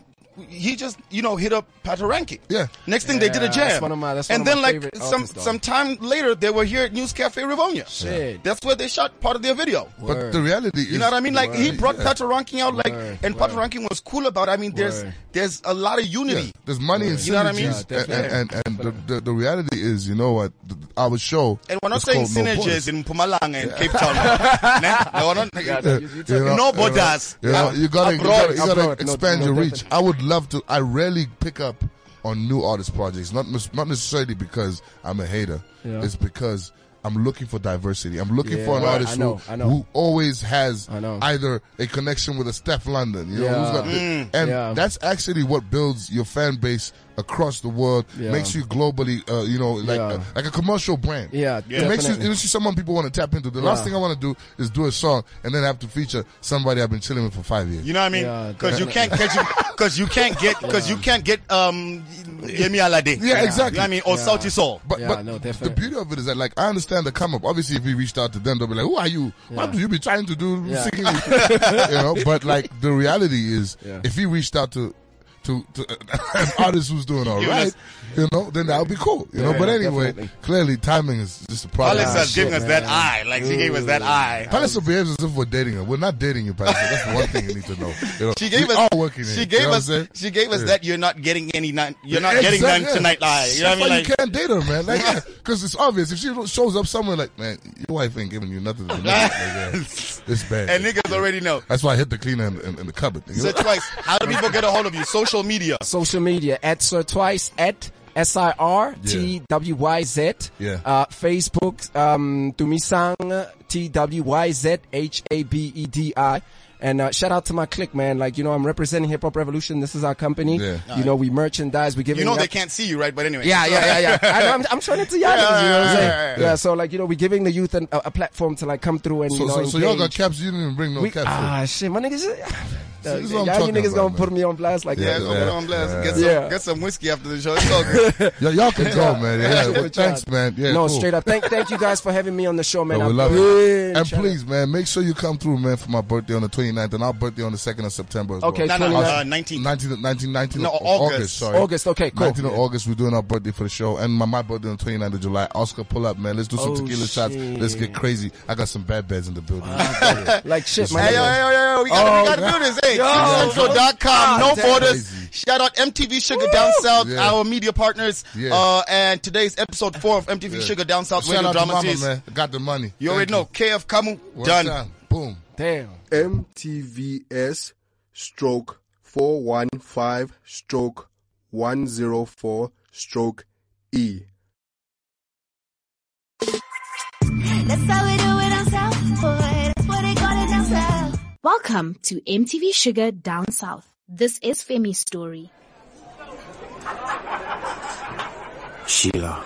Speaker 2: he just you know hit up Pataranki.
Speaker 3: Yeah.
Speaker 2: Next thing they did a
Speaker 6: Yeah,
Speaker 2: jam.
Speaker 6: that's one of my- that's
Speaker 2: and
Speaker 6: one of
Speaker 2: then
Speaker 6: my
Speaker 2: like
Speaker 6: favorite
Speaker 2: some
Speaker 6: artists, dog.
Speaker 2: some time later they were here at News Cafe Rivonia.
Speaker 6: Shit.
Speaker 2: That's where they shot part of their video.
Speaker 3: but the reality, is,
Speaker 2: You know what I mean? Like he
Speaker 3: Right,
Speaker 2: brought
Speaker 3: yeah.
Speaker 2: Pataranki out, like,
Speaker 6: Word,
Speaker 2: and
Speaker 6: word.
Speaker 2: Pataranki was cool about. It. I mean, there's
Speaker 6: Word.
Speaker 2: there's a lot of
Speaker 3: Yeah,
Speaker 2: unity.
Speaker 3: there's money in synergies,
Speaker 2: You know what I mean?
Speaker 6: Yeah,
Speaker 3: and
Speaker 6: definitely.
Speaker 3: and, and the, the the reality is, you know what? The, our show
Speaker 2: And we're not
Speaker 3: is
Speaker 2: saying
Speaker 3: called No
Speaker 2: synergies
Speaker 3: Borders.
Speaker 2: in Pumalanga and Cape Town. Nah, no, we're not-
Speaker 3: Uh, You know,
Speaker 2: no
Speaker 3: you know,
Speaker 2: borders.
Speaker 3: You, know,
Speaker 2: Yeah.
Speaker 3: you gotta, you
Speaker 2: Abroad,
Speaker 3: gotta, you gotta
Speaker 6: abroad, no-
Speaker 3: expand
Speaker 6: no
Speaker 3: your reach.
Speaker 6: different.
Speaker 3: I would love to. I rarely pick up on new artist projects, not mis- not necessarily because I'm a hater.
Speaker 6: Yeah.
Speaker 3: It's because I'm looking for diversity. I'm looking for an
Speaker 6: Yeah,
Speaker 3: artist
Speaker 6: I know,
Speaker 3: who,
Speaker 6: I know.
Speaker 3: who always has
Speaker 6: I know.
Speaker 3: either a connection with a Steph London, you know,
Speaker 6: Yeah.
Speaker 3: who's got the- and
Speaker 6: Yeah.
Speaker 3: that's actually what builds your fan base across the world,
Speaker 6: Yeah.
Speaker 3: makes you globally, uh, you know, like
Speaker 6: Yeah.
Speaker 3: a, like a commercial brand.
Speaker 6: Yeah,
Speaker 3: it makes you,
Speaker 6: definitely.
Speaker 3: it makes you someone people want to tap into. The last
Speaker 6: Yeah.
Speaker 3: thing I want to do is do a song and then have to feature somebody I've been chilling with for five years.
Speaker 2: You know what I
Speaker 6: Yeah,
Speaker 2: mean? Because you can't because you because you can't get because you can't get um Yemi Alade.
Speaker 3: Yeah,
Speaker 2: You
Speaker 3: exactly.
Speaker 2: know what I mean? Or
Speaker 6: Yeah. Ah,
Speaker 2: Salty Soul.
Speaker 3: But,
Speaker 6: Yeah,
Speaker 3: but
Speaker 6: no,
Speaker 3: the
Speaker 6: definitely.
Speaker 3: beauty of it is that, like, I understand the come up. Obviously, if we reached out to them, they'll be like, "Who are you? What
Speaker 6: Yeah.
Speaker 3: do you be trying to do?"
Speaker 6: Yeah.
Speaker 3: Singing, you know. But like, the reality is,
Speaker 6: Yeah.
Speaker 3: if he reached out to to, to an artist who's doing all right, you know, then that would be cool, you know.
Speaker 6: Yeah,
Speaker 3: but
Speaker 6: yeah,
Speaker 3: anyway,
Speaker 6: definitely.
Speaker 3: clearly, timing is just a problem.
Speaker 2: Alex
Speaker 6: Yeah,
Speaker 2: has given
Speaker 6: shit,
Speaker 2: us that
Speaker 6: man.
Speaker 2: eye. Like she gave us that eye.
Speaker 3: Palliser behaves as if we're dating her. We're not dating you, Palliser. That's the one thing you need to know. You know
Speaker 2: She gave
Speaker 3: we
Speaker 2: us.
Speaker 3: Are working here,
Speaker 2: she
Speaker 3: you
Speaker 2: gave
Speaker 3: know what
Speaker 2: us.
Speaker 3: I'm saying?
Speaker 2: She gave us
Speaker 3: Yeah.
Speaker 2: that. You're not getting any. None, you're not
Speaker 3: Exactly,
Speaker 2: getting
Speaker 3: yeah.
Speaker 2: none tonight. Eye. You know what I
Speaker 3: That's
Speaker 2: mean?
Speaker 3: why
Speaker 2: Like,
Speaker 3: you can't date her, man. Like, yeah, because it's obvious. If she ro- shows up somewhere, like, man, your wife ain't giving you nothing. To do. Like, yeah, it's bad.
Speaker 2: and niggas already know.
Speaker 3: That's why I hit the cleaner in, in, in the cupboard. nigga.
Speaker 2: So twice. How do people get a hold of you? Social media.
Speaker 6: social media at Sir Twice at S I R T W Y Z.
Speaker 3: Yeah.
Speaker 6: Uh, Facebook um, Tumisang T W Y Z H A B E D I. And uh, shout out to my clique, man. Like you know, I'm representing Hip Hop Revolution. This is our company.
Speaker 3: Yeah.
Speaker 6: You know, we merchandise. We give
Speaker 2: You know they can't see you, right? But anyway.
Speaker 6: yeah, yeah, yeah, yeah. I know, I'm, I'm trying to young, yeah, you know what
Speaker 2: yeah,
Speaker 6: I'm saying?
Speaker 2: yeah,
Speaker 6: Yeah,
Speaker 2: yeah.
Speaker 6: so like, you know, we're giving the youth an, a, a platform to like come through and,
Speaker 3: so,
Speaker 6: you know,
Speaker 3: so, so y'all got
Speaker 6: engage.
Speaker 3: caps. You didn't bring no
Speaker 6: we,
Speaker 3: caps.
Speaker 6: Ah, shit, my niggas.
Speaker 3: this is what I'm
Speaker 6: y'all you
Speaker 3: talking
Speaker 6: niggas
Speaker 3: about,
Speaker 6: gonna
Speaker 3: man.
Speaker 6: put me on blast like
Speaker 2: Yeah,
Speaker 6: that.
Speaker 2: so put on blast. Get some,
Speaker 6: Yeah.
Speaker 2: get some whiskey after the show. It's all good.
Speaker 3: y'all, y'all can go, man. Yeah,
Speaker 6: Good
Speaker 3: well,
Speaker 6: job.
Speaker 3: thanks, man. Yeah,
Speaker 6: no,
Speaker 3: cool.
Speaker 6: straight up. Thank, thank you guys for having me on the show, man.
Speaker 3: No, we
Speaker 6: I'm
Speaker 3: love
Speaker 6: really
Speaker 3: it. And
Speaker 6: trying to-
Speaker 3: please, man, make sure you come through, man, for my birthday on the 29th and our birthday on the 2nd of September as
Speaker 6: Okay,
Speaker 3: well.
Speaker 2: no, no, uh,
Speaker 6: 29.
Speaker 2: 19.
Speaker 3: 19th, 19th, 19th
Speaker 2: No,
Speaker 3: of
Speaker 2: August.
Speaker 3: August. sorry.
Speaker 6: August, okay, cool.
Speaker 3: 19th of August, we're doing our birthday for the show. And my, my birthday on the 29th of July. Oscar, pull up, man. Let's do some
Speaker 6: Oh,
Speaker 3: tequila shots.
Speaker 6: shit.
Speaker 3: Let's get crazy. I got some bad beds in the building.
Speaker 2: Uh,
Speaker 6: Like shit,
Speaker 2: Hey, yo,
Speaker 6: man.
Speaker 2: yo, yo, yo, we gotta, we
Speaker 6: Oh,
Speaker 2: gotta
Speaker 6: man.
Speaker 2: do this. Hey,
Speaker 6: Yo. Ah,
Speaker 2: ClickCentral.com, no
Speaker 6: Goddamn.
Speaker 2: borders.
Speaker 3: Crazy.
Speaker 2: Shout out MTV Sugar Down South,
Speaker 3: Yeah.
Speaker 2: our media partners.
Speaker 3: Yeah.
Speaker 2: Uh, and today's episode four of MTV Sugar Down South
Speaker 3: Shout
Speaker 2: Radio
Speaker 3: out to
Speaker 2: Drama
Speaker 3: mama,
Speaker 2: Series.
Speaker 3: man. Got the money.
Speaker 2: You already know.
Speaker 3: Thank
Speaker 2: KF Kamu,
Speaker 3: One
Speaker 2: done.
Speaker 3: time. Boom.
Speaker 6: Damn.
Speaker 7: MTVS stroke 415 stroke 104 stroke E.
Speaker 8: That's how we do it on South Boy. That's what they call it down South.
Speaker 9: Welcome to MTV Sugar Down South. This is Femi's story.
Speaker 10: Sheila,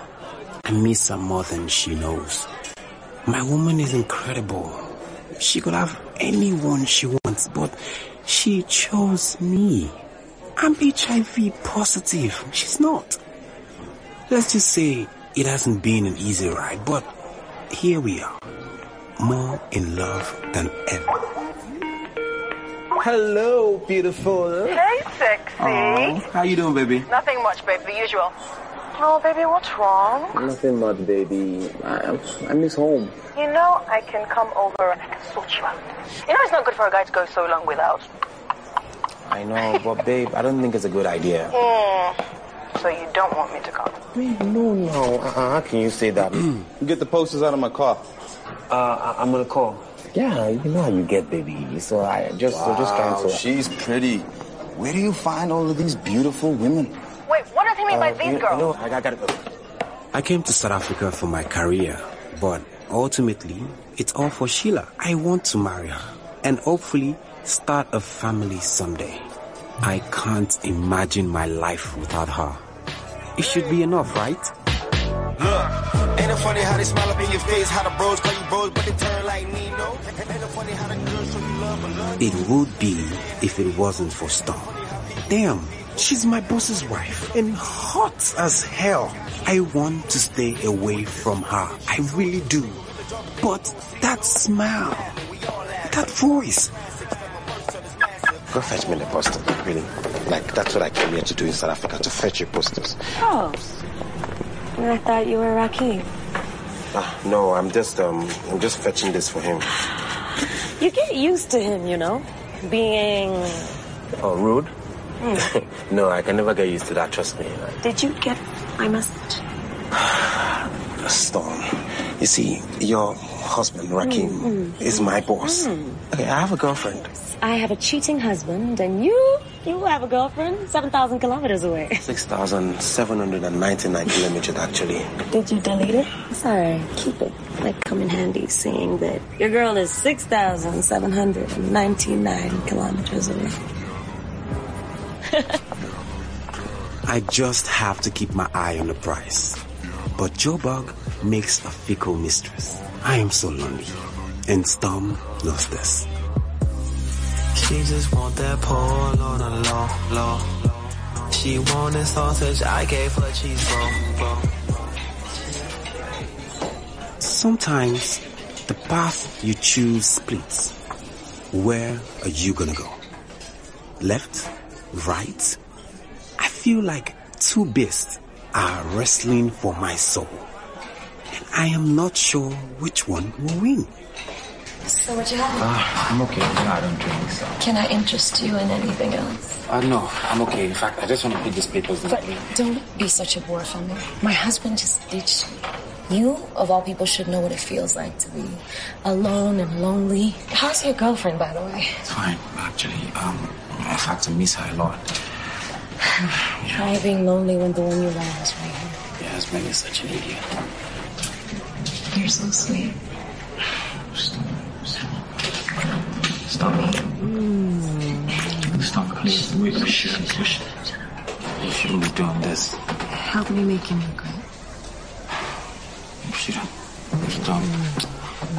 Speaker 10: I miss her more than she knows. My woman is incredible. She could have anyone she wants, but she chose me. I'm HIV positive. She's not. Let's just say it hasn't been an easy ride, but here we are. More in love than ever.
Speaker 11: Hello, beautiful.
Speaker 12: Hey, sexy.
Speaker 10: How you doing, baby?
Speaker 12: Nothing much, babe, the usual. Oh, baby, what's wrong?
Speaker 11: Nothing much, baby. I, I miss home.
Speaker 12: You know, I can come over and I can sort you out. You know, it's not good for a guy to go so long without.
Speaker 10: I know, but babe, I don't think it's a good idea.
Speaker 12: Mm. So you don't want me to come?
Speaker 10: Babe, no, no. Uh, how can you say that? get the posters out of my car. Uh, I- I'm gonna call. Yeah, you know how you get, baby. So I just, so just
Speaker 12: Wow,
Speaker 10: cancel. She's pretty. Where do you find all of these beautiful women?
Speaker 12: Wait, what does he mean by
Speaker 10: Uh,
Speaker 12: these
Speaker 10: you-
Speaker 12: girls?
Speaker 10: you know, I, I gotta go. I came to South Africa for my career, but ultimately, it's all for Sheila. I want to marry her and hopefully start a family someday. I can't imagine my life without her. It should be enough, right?
Speaker 7: Look, ain't it funny how they smile up in your face, how the bros call you bros, but they turn like Nino. Ain't it funny how the girls show you love, but love.
Speaker 10: It would be if it wasn't for Storm. Damn, she's my boss's wife and hot as hell. I want to stay away from her. I really do. But that smile, that voice.
Speaker 7: Go fetch me the poster, really. Like, that's what I came here to do in South Africa, to fetch your posters.
Speaker 9: Oh. I thought you were Rocky.
Speaker 7: Ah, no, I'm just, um, I'm just fetching this for him.
Speaker 9: You get used to him, you know? Being.
Speaker 10: Oh, rude?
Speaker 9: Hmm.
Speaker 10: no, I can never get used to that, trust me.
Speaker 9: Did you get my message?
Speaker 7: Storm. You see, your husband, Rakim,
Speaker 9: Mm, mm.
Speaker 7: is my boss.
Speaker 9: Mm.
Speaker 7: Okay, I have a girlfriend.
Speaker 9: I have a cheating husband, and you, you have a girlfriend 7,000 kilometers away.
Speaker 7: 6,799 kilometers, actually.
Speaker 9: Did you delete it? It's alright. Keep it. Might come in handy seeing that your girl is 6,799 kilometers away.
Speaker 10: I just have to keep my eye on the prize. But Joe Bug makes a fickle mistress. I am so lonely. And Storm knows this.
Speaker 13: She just want that pole on a low, low. She wanted sausage, I gave her cheese bro, bro.
Speaker 10: Sometimes the path you choose splits. Where are you gonna go? Left? Right? I feel like two beasts are wrestling for my soul. And I am not sure which one will win.
Speaker 14: So what you having?
Speaker 10: I'm okay. I don't drink, so.
Speaker 14: Can I interest you in anything else?
Speaker 10: Uh, no, I'm okay. In fact, I just want to put these papers
Speaker 14: But don't be such a bore for me. My husband just ditched me. You, of all people, should know what it feels like to be alone and lonely. How's your girlfriend, by the way?
Speaker 10: It's fine, actually. Um, in fact, I miss her a lot.
Speaker 14: Try being lonely when the one you love is right here.
Speaker 10: Yeah, this man is such an idiot.
Speaker 14: You're so sweet.
Speaker 10: Stop. Stop, please. Wait, you shouldn't push. You shouldn't be doing this.
Speaker 14: How can I make you regret?
Speaker 10: You shouldn't. Stop.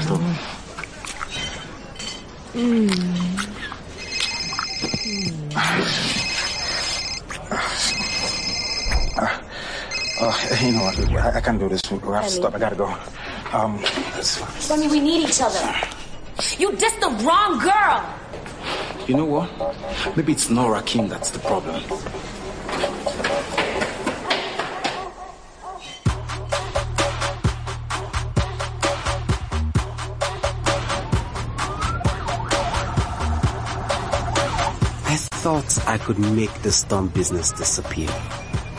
Speaker 10: Stop. Oh, you know what? I, I can't do this. I have to stop. I gotta go. Um, that's fine.
Speaker 9: Sonny, we need each other. You dissed the wrong girl!
Speaker 10: You know what? Maybe it's not Rakim that's the problem. I thought I could make the storm business disappear.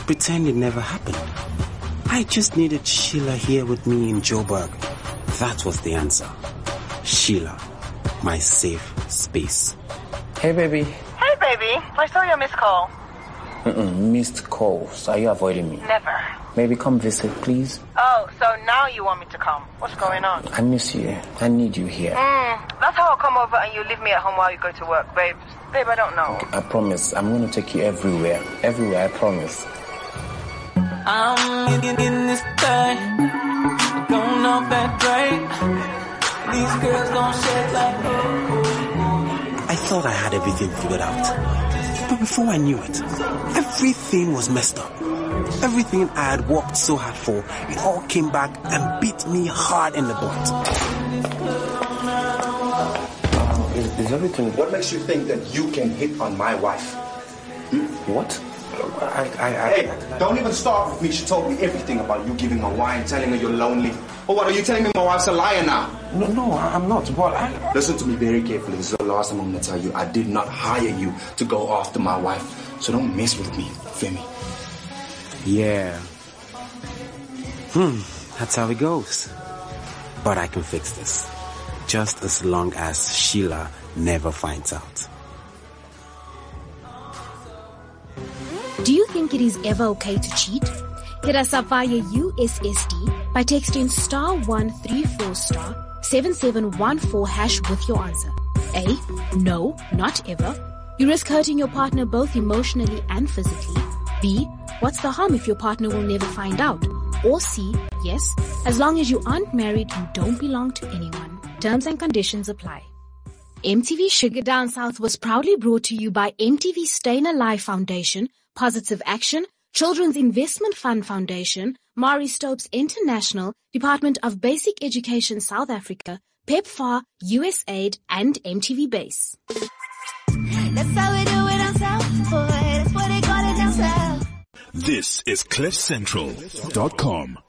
Speaker 10: Pretend it never happened. I just needed Sheila here with me in Joburg. That was the answer. Sheila, my safe space.
Speaker 13: Hey, baby.
Speaker 12: Hey, baby. I saw your missed call.
Speaker 10: Mm-mm, missed calls. Are you avoiding me?
Speaker 12: Never.
Speaker 10: Maybe come visit, please.
Speaker 12: Oh, so now you want me to come? What's going on?
Speaker 10: I miss you. I need you here.
Speaker 12: Mm, that's how I'll come over and you leave me at home while you go to work, babe. Babe, I don't know.
Speaker 10: I promise. I'm gonna take you everywhere. Everywhere, I promise.
Speaker 13: I'm in, in this thing, going off that drain. These girls gon' shake like
Speaker 10: I thought I had everything figured out. But before I knew it, everything was messed up. Everything I had worked so hard for, it all came back and beat me hard in the butt.
Speaker 7: Is, is everything. What makes you think that you can hit on my wife? What? Hmm? I, I, I,
Speaker 2: Hey, don't even start with me. She told me everything about you giving her wine, telling her you're lonely. But what are you telling me my wife's a liar now?
Speaker 7: no, no, I- I'm not. But I,
Speaker 2: Listen to me very carefully. This is the last time I'm gonna tell you. I did not hire you to go after my wife. So don't mess with me, Femi.
Speaker 10: Yeah. Hmm, that's how it goes. But I can fix this. Just as long as Sheila never finds out.
Speaker 9: Do you think it is ever okay to cheat? Hit us up via USSD by texting star 134 star 7714 hash with your answer. A. No, not ever. You risk hurting your partner both emotionally and physically. B. What's the harm if your partner will never find out? Or C. Yes, as long as you aren't married, you don't belong to anyone. Terms and conditions apply. MTV Sugar Down South was proudly brought to you by MTV Staying Alive Foundation, Positive Action, Children's Investment Fund Foundation, Mari Stopes International, Department of Basic Education South Africa, PEPFAR, USAID, and MTV Base.
Speaker 15: That's how we do it down south, boy. That's what they call it down south.
Speaker 4: This is CliffCentral.com.